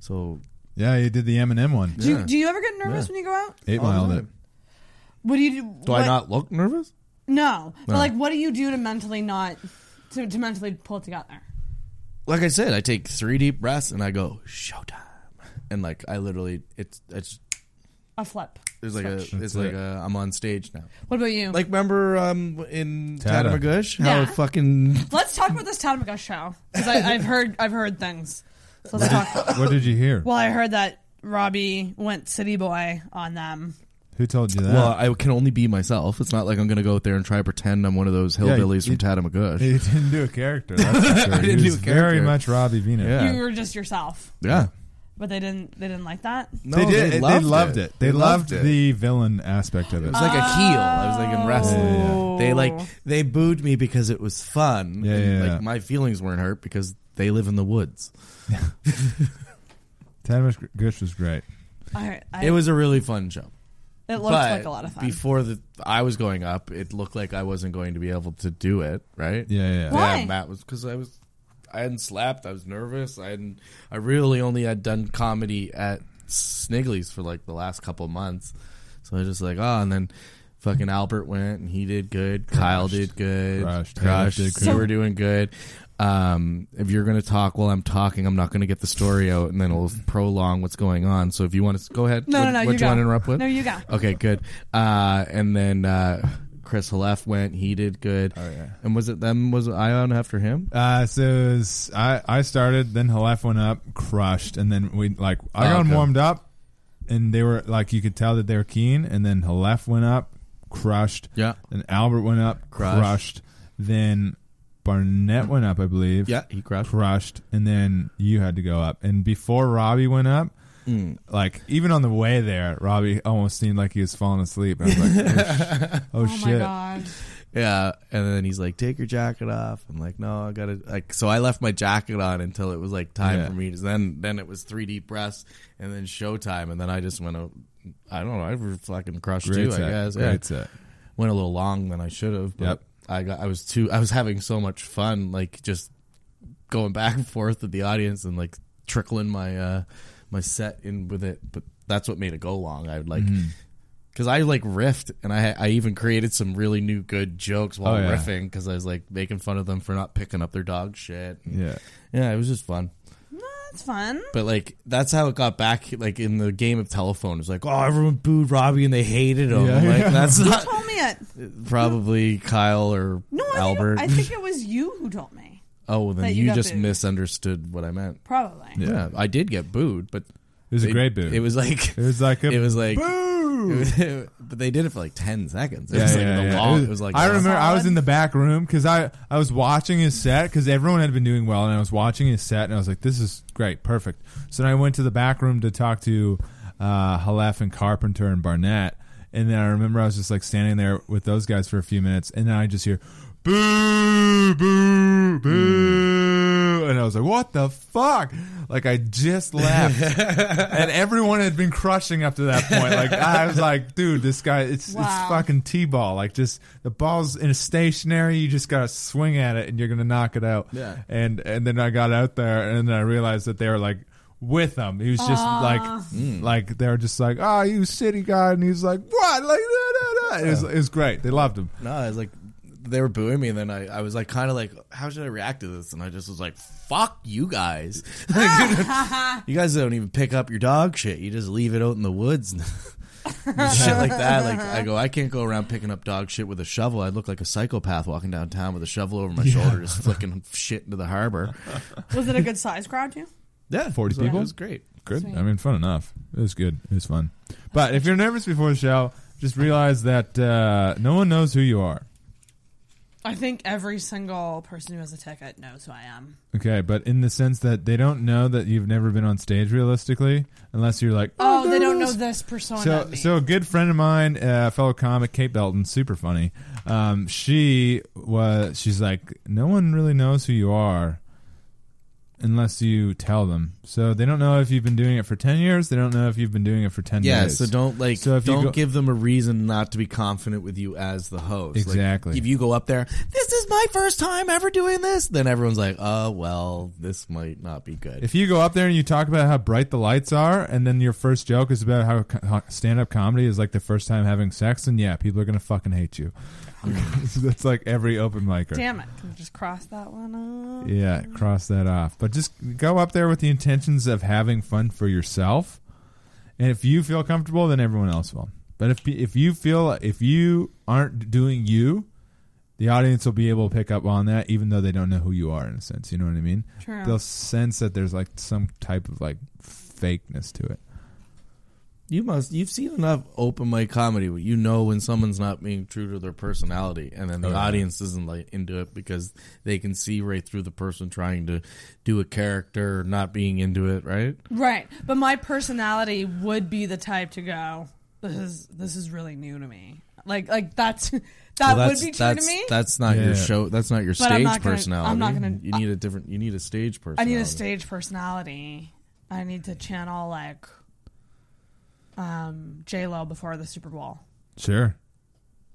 S3: So
S5: Yeah, you did the Eminem one.
S11: Do, you do you ever get nervous when you go out?
S5: Eight
S3: All the
S5: Mile? It.
S3: time.
S11: What do you do?
S3: Do I
S11: what-
S3: not look nervous?
S11: No. But
S3: No.
S11: like, what do you do to mentally not, to, to mentally pull it together?
S3: Like I said, I take three deep breaths and I go showtime, and like I literally, it's it's
S11: A flip.
S3: there's like a
S11: Switch.
S3: it's
S5: That's
S3: like
S5: it.
S3: a I'm on stage now.
S11: What about you?
S3: Like remember um in
S5: Tada.
S3: Tadamagush how
S11: Yeah.
S3: fucking
S11: Let's talk about this Todd McGush show because I've heard I've heard things. So let's talk.
S5: What did you hear?
S11: Well, I heard that Robbie went city boy on them.
S5: Who told you that?
S3: Well, I can only be myself. It's not like I'm going to go out there and try to pretend I'm one of those hillbillies from
S5: you-
S3: Tatamagush.
S5: He didn't do a character. That's for sure.
S3: I didn't do
S5: he was
S3: a
S5: Very
S3: character.
S5: much Robbie Vino.
S3: Yeah.
S11: You were just yourself,
S3: yeah.
S11: but they didn't they didn't like that.
S3: No,
S5: they did. They loved, it. They, loved,
S3: it.
S5: the villain aspect of it.
S3: It was like a heel. I was
S5: Oh.
S3: like in wrestling. They like they booed me because it was fun.
S5: Yeah,
S3: and,
S5: yeah,
S3: like
S5: yeah.
S3: my feelings weren't hurt because they live in the woods.
S5: Tadamash Gush was great.
S11: I, I,
S3: it was a really fun show.
S11: It looked
S3: But
S11: like a lot of fun.
S3: Before the I was going up, it looked like I wasn't going to be able to do it. Right?
S5: Yeah, yeah.
S11: Why?
S3: Yeah, Matt was because I was I hadn't slept. I was nervous. I hadn't. I really only had done comedy at Snigley's for like the last couple of months. So I was just like, oh, and then fucking Albert went and he did good. Kyle did good.
S5: Crushed.
S3: Crushed.
S5: Taylor did
S3: You
S5: good.
S3: were doing good. Um, if you're gonna talk while I'm talking, I'm not gonna get the story out, and then it'll prolong what's going on. So if you want to go ahead,
S11: No,
S3: what,
S11: no, no,
S3: What
S11: you
S3: do you want to
S11: go.
S3: interrupt with?
S11: No, you go.
S3: Okay, good. Uh, and then uh, Chris Halef went. He did good. Oh, yeah. And was it them? Was it Ion after him?
S5: Uh, so it was, I I started, then Halef went up, crushed, and then we like I
S3: Oh,
S5: got 'em
S3: okay.
S5: warmed up, and they were like you could tell that they were keen, and then Halef went up, crushed.
S3: Yeah.
S5: Then Albert went up, crushed.
S3: Crushed.
S5: Then Barnett went up, I believe. Yeah,
S3: he crushed.
S5: Crushed, and then you had to go up. And before Robbie went up.
S3: Mm.
S5: Like even on the way there, Robbie almost seemed like he was falling asleep. I was like, "Oh, sh- oh, shit!"
S3: Yeah, and then he's like, "Take your jacket off." I'm like, "No, I gotta." Like, so I left my jacket on until it was like time
S5: Yeah.
S3: for me. To, then, then it was three deep breaths, and then showtime, and then I just went. out I don't know. I was fucking crushed
S5: Great
S3: too.
S5: set,
S3: I guess.
S5: great
S3: yeah.
S5: set.
S3: Went a little long than I should have, but
S5: Yep.
S3: I got. I was too. I was having so much fun, like just going back and forth with the audience and like trickling my uh my set in with it. But that's what made it go long. I would like.
S5: Mhm.
S3: Cause I like riffed, and I I even created some really new good jokes while
S5: Oh, yeah.
S3: riffing because I was like making fun of them for not picking up their dog shit. And,
S5: Yeah.
S3: yeah, it was just fun.
S11: That's fun.
S3: But like that's how it got back. Like in the game of telephone, it's like oh everyone booed Robbie and they hated him.
S5: Yeah,
S3: like
S5: yeah.
S3: that's
S11: Who
S3: not
S11: told me it?
S3: probably Kyle or
S11: No, I
S3: Albert.
S11: Think, I think it was you who told me.
S3: oh, well, then
S11: that you
S3: you,
S11: got
S3: just
S11: booed.
S3: misunderstood what I meant.
S11: Probably.
S3: Yeah, I did get booed, but
S5: it was a great boo.
S3: It was like
S5: It was like a
S3: it was like
S5: boo!
S3: it was- but they did it for like ten seconds. It was like the long. It was, like
S5: I
S3: the-
S5: remember I was in the back room because I I was watching his set because everyone had been doing well and I was watching his set and I was like this is great perfect. So then I went to the back room to talk to uh, Halef and Carpenter and Barnett and then I remember I was just like standing there with those guys for a few minutes and then I just hear boo boo boo
S3: Mm.
S5: and I was like what the fuck like I just left and everyone had been crushing up to that point like I was like dude this guy it's
S11: Wow.
S5: it's fucking fucking t-ball. Like just the ball's in a stationary. You just gotta swing at it and you're gonna knock it out.
S3: Yeah.
S5: And and then I got out there and then I realized that they were like with him. He was just
S3: Aw.
S5: like
S3: Mm.
S5: like they were just like ah you city guy and he's like what like da, da, da. It was it was great. They loved him.
S3: No, I was like, they were booing me, and then I, I was like, kind of like, how should I react to this? And I just was like, fuck you guys. you guys don't even pick up your dog shit. You just leave it out in the woods. and shit like that. Like I go, I can't go around picking up dog shit with a shovel. I look like a psychopath walking downtown with a shovel over my shoulder, just flicking shit into the harbor.
S11: Was it a good size crowd? You?
S3: Yeah,
S5: forty
S3: it was-
S5: people.
S3: it was great.
S5: Good.
S11: Sweet.
S5: I mean, fun enough. It was good. It was fun. But if you're nervous before the show, just realize that uh, no one knows who you are.
S11: I think every single person who has a ticket knows who I am.
S5: Okay, but in the sense that they don't know that you've never been on stage realistically, unless you're like,
S11: Oh, they
S5: there
S11: don't
S5: it
S11: know
S5: is."
S11: this persona.
S5: So, so a good friend of mine, uh, fellow comic Kate Belton, super funny. Um, she was, she's like, no one really knows who you are unless you tell them. So they don't know if you've been doing it for ten years. They don't know if you've been doing it for ten
S3: Yeah,
S5: days.
S3: so don't like
S5: So if you
S3: don't
S5: go-
S3: give them a reason not to be confident with you as the host. Like,
S5: Exactly.
S3: if you go up there, this is my first time ever doing this, then everyone's like, "Oh, well, this might not be good."
S5: If you go up there and you talk about how bright the lights are, and then your first joke is about how co- stand-up comedy is like the first time having sex, and yeah, people are gonna fucking hate you. That's like every open micer.
S11: Damn it! Can we just cross that one off?
S5: Yeah, cross that off. But just go up there with the intentions of having fun for yourself, and if you feel comfortable, then everyone else will. But if if you feel if you aren't doing you, the audience will be able to pick up on that, even though they don't know who you are in a sense. You know what I mean?
S11: True.
S5: They'll sense that there's like some type of like fakeness to it.
S3: You must you've seen enough open mic comedy where you know when someone's not being true to their personality and then the
S5: Oh, yeah.
S3: audience isn't like into it because they can see right through the person trying to do a character or not being into it, right?
S11: Right, but my personality would be the type to go. This is this is really new to me. Like like that's that
S3: Well,
S11: would
S3: that's,
S11: be true
S3: that's,
S11: to me.
S3: That's not
S5: Yeah.
S3: your show. That's not your
S11: But I'm
S3: stage
S11: not gonna- I'm
S3: personality.
S11: not gonna- uh,
S3: You need a different. You need a stage
S11: I
S3: personality.
S11: need a stage personality. I need to channel like um J Lo before the Super Bowl
S5: Sure.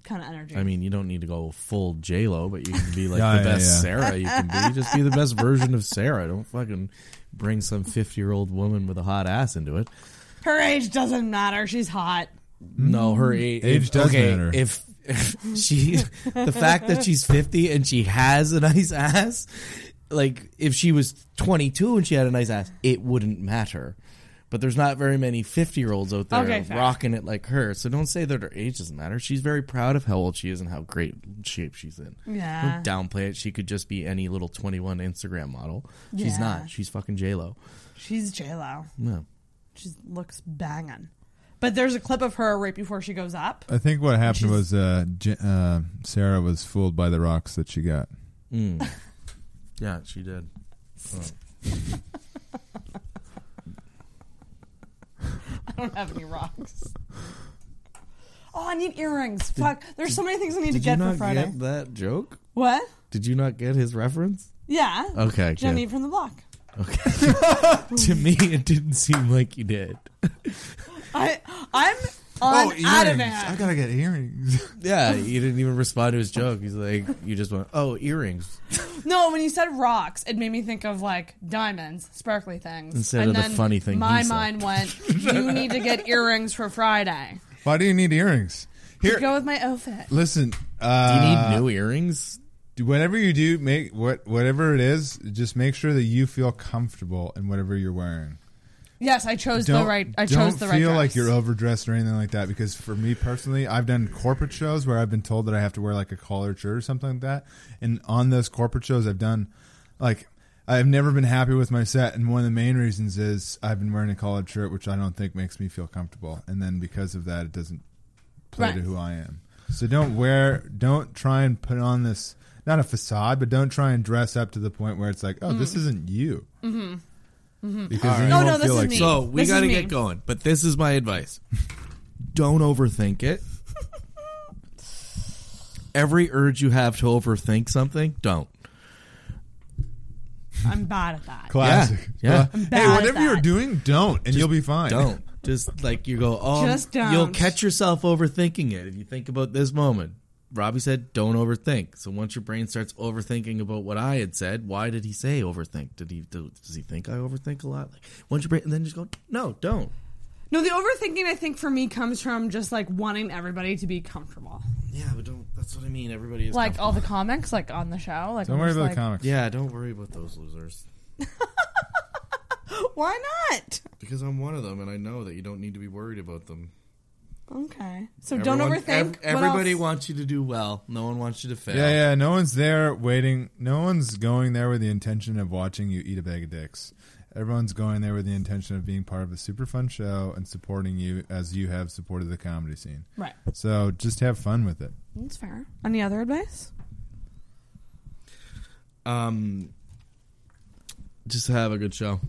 S11: kind of energy.
S3: I mean, you don't need to go full J Lo, but you can be like the
S5: Yeah, yeah,
S3: best
S5: yeah.
S3: Sarah you can be. Just be the best version of Sarah. Don't fucking bring some fifty year old woman with a hot ass into it.
S11: her age doesn't matter. She's hot.
S3: No, her Hmm. age.
S5: Age does
S3: okay,
S5: matter.
S3: If, if she, the fact that she's fifty and she has a nice ass, like if she was twenty two and she had a nice ass, it wouldn't matter. But there's not very many fifty year olds out there
S11: Okay, fair.
S3: rocking it like her. So don't say that her age doesn't matter. She's very proud of how old she is and how great shape she's in.
S11: Yeah.
S3: Don't downplay it. She could just be any little twenty one Instagram model. She's
S11: Yeah.
S3: not. She's fucking J Lo.
S11: She's J Lo.
S3: No.
S11: She looks banging. But there's a clip of her right before she goes up.
S5: I think what happened was uh, J- uh, Sarah was fooled by the rocks that she got.
S3: Yeah, she did.
S11: I don't have any rocks. Oh, I need earrings. Fuck. There's so many things I need to
S3: Did
S11: get
S3: you not
S11: for Friday.
S3: Get that joke?
S11: What?
S3: Did you not get his reference?
S11: Yeah.
S3: Okay. good.
S11: Jenny from the block.
S3: Okay. to me, it didn't seem like you did.
S5: Oh,
S11: I I'm
S3: Oh,
S11: on Ativan.
S5: I gotta get earrings.
S3: Yeah, you didn't even respond to his joke. He's like, you just went, oh, earrings
S11: No, when you said rocks, it made me think of like diamonds, sparkly things.
S3: Instead
S11: and
S3: of the
S11: then
S3: funny thing
S11: My
S3: he said.
S11: mind went. You need to get earrings for Friday.
S5: Why do you need earrings?
S11: To
S5: Here,
S11: go with my outfit.
S5: Listen,
S3: uh,
S5: do
S3: you need new earrings?
S5: Whatever you do, make what whatever it is, just make sure that you feel comfortable in whatever you're wearing.
S11: Yes, I chose the
S5: Don't-
S11: right. I
S5: don't
S11: chose the right.
S5: feel
S11: dress.
S5: like you're overdressed or anything like that because for me personally, I've done corporate shows where I've been told that I have to wear like a collared shirt or something like that, and on those corporate shows, I've done like. I've never been happy with my set, and one of the main reasons is I've been wearing a collared shirt, which I don't think makes me feel comfortable. And then because of that, it doesn't play to
S13: Right.
S5: who I am. So don't wear, don't try and put on this not a facade, but don't try and dress up to the point where it's like, oh, this
S13: Mm.
S5: isn't you.
S11: Mm-hmm. Mm-hmm.
S5: Because then you won't feel like
S3: So we got to get going. But this is my advice: don't overthink it. Every urge you have to overthink something, don't.
S11: I'm bad at that.
S5: Classic.
S3: Yeah.
S11: I'm
S3: yeah.
S11: bad at that.
S5: doing, don't, and
S3: you'll
S5: be fine.
S3: Don't. Just like you go, oh,
S11: Just don't.
S3: you'll catch yourself overthinking it if you think about this moment. Robbie said, "Don't overthink." So once your brain starts overthinking about what I had said, why did he say overthink? Did he do, does he think I overthink a lot? Like once your brain, and then just go, no, don't.
S11: No, the overthinking I think for me comes from just like wanting everybody to be comfortable.
S3: Yeah, but don't. That's what I mean. Everybody is
S11: Like all the comics, like on the show. Like I'm just like,
S3: Yeah, don't worry about those losers.
S11: Why not?
S3: Because I'm one of them, and I know that you don't need to be worried about them.
S11: Okay. So don't
S3: Everyone-
S11: overthink.
S3: ev-
S11: What
S3: everybody
S11: else?
S3: wants you to do well. No one wants you to fail.
S5: Yeah, yeah. No one's there waiting. No one's going there with the intention of watching you eat a bag of dicks. Everyone's going there with the intention of being part of a super fun show and supporting you as you have supported the comedy scene.
S11: Right.
S5: So just have fun with it.
S11: That's fair. Any other advice?
S3: Um, just have a good show.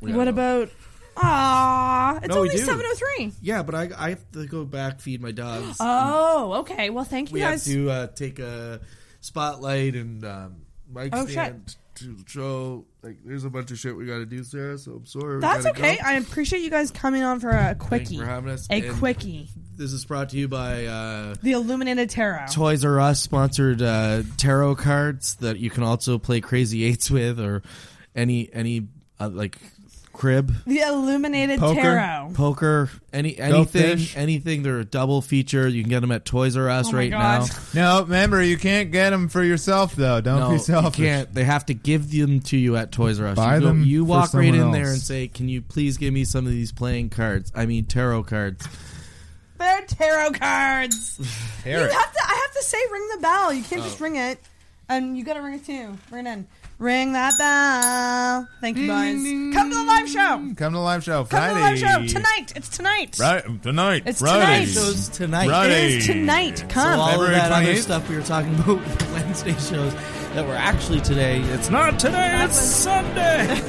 S3: We
S11: what
S3: gotta go.
S11: about? Ah, it's
S3: No, we
S11: only
S3: do.
S11: seven oh three.
S3: Yeah, but I, I have to go back feed my dogs.
S11: Oh, okay. Well, thank you
S3: we
S11: guys.
S3: have to uh, take a spotlight and um, mic
S11: Oh, shit.
S3: stand to show. Like, there's a bunch of shit we got to do, Sarah. So I'm sorry. we
S11: That's
S3: gotta
S11: okay.
S3: go.
S11: I appreciate you guys coming on for a
S3: Thank
S11: quickie.
S3: you for having us.
S11: A
S3: And
S11: quickie.
S3: This is brought to you by. Uh,
S11: The Illuminated Tarot.
S3: Toys R Us sponsored uh, tarot cards that you can also play Crazy Eights with, or any any uh, like crib
S11: The Illuminated Tarot.
S3: poker, any
S11: Go
S3: anything,
S11: fish.
S3: anything. They're a double feature. You can get them at Toys R Us
S11: Oh my
S3: right
S11: God.
S3: now.
S5: No, remember you can't get them for yourself though. Don't
S3: No,
S5: be selfish.
S3: You can't. They have to give them to you at Toys R Us.
S5: Buy
S3: you,
S5: them
S3: you
S5: for
S3: walk right in
S5: someone
S3: there
S5: else.
S3: and say, "Can you please give me some of these playing cards? I mean, tarot cards."
S11: They're tarot cards. you
S3: Tarot.
S11: have to. I have to say, ring the bell. You can't just
S3: Oh.
S11: ring it. And you got to ring it too. Ring it in. Ring that bell. Thank you, guys. Come to the live show.
S5: Come to the live show
S11: Come to the
S5: Friday.
S11: live show tonight. It's tonight.
S5: Right tonight.
S11: It's
S5: Friday.
S11: tonight. Show's
S3: tonight.
S5: Friday.
S11: It is tonight. Come.
S3: So all
S5: February
S3: of that other
S5: 28th.
S3: stuff we were talking about with Wednesday shows that were actually today. It's not today. It's Sunday.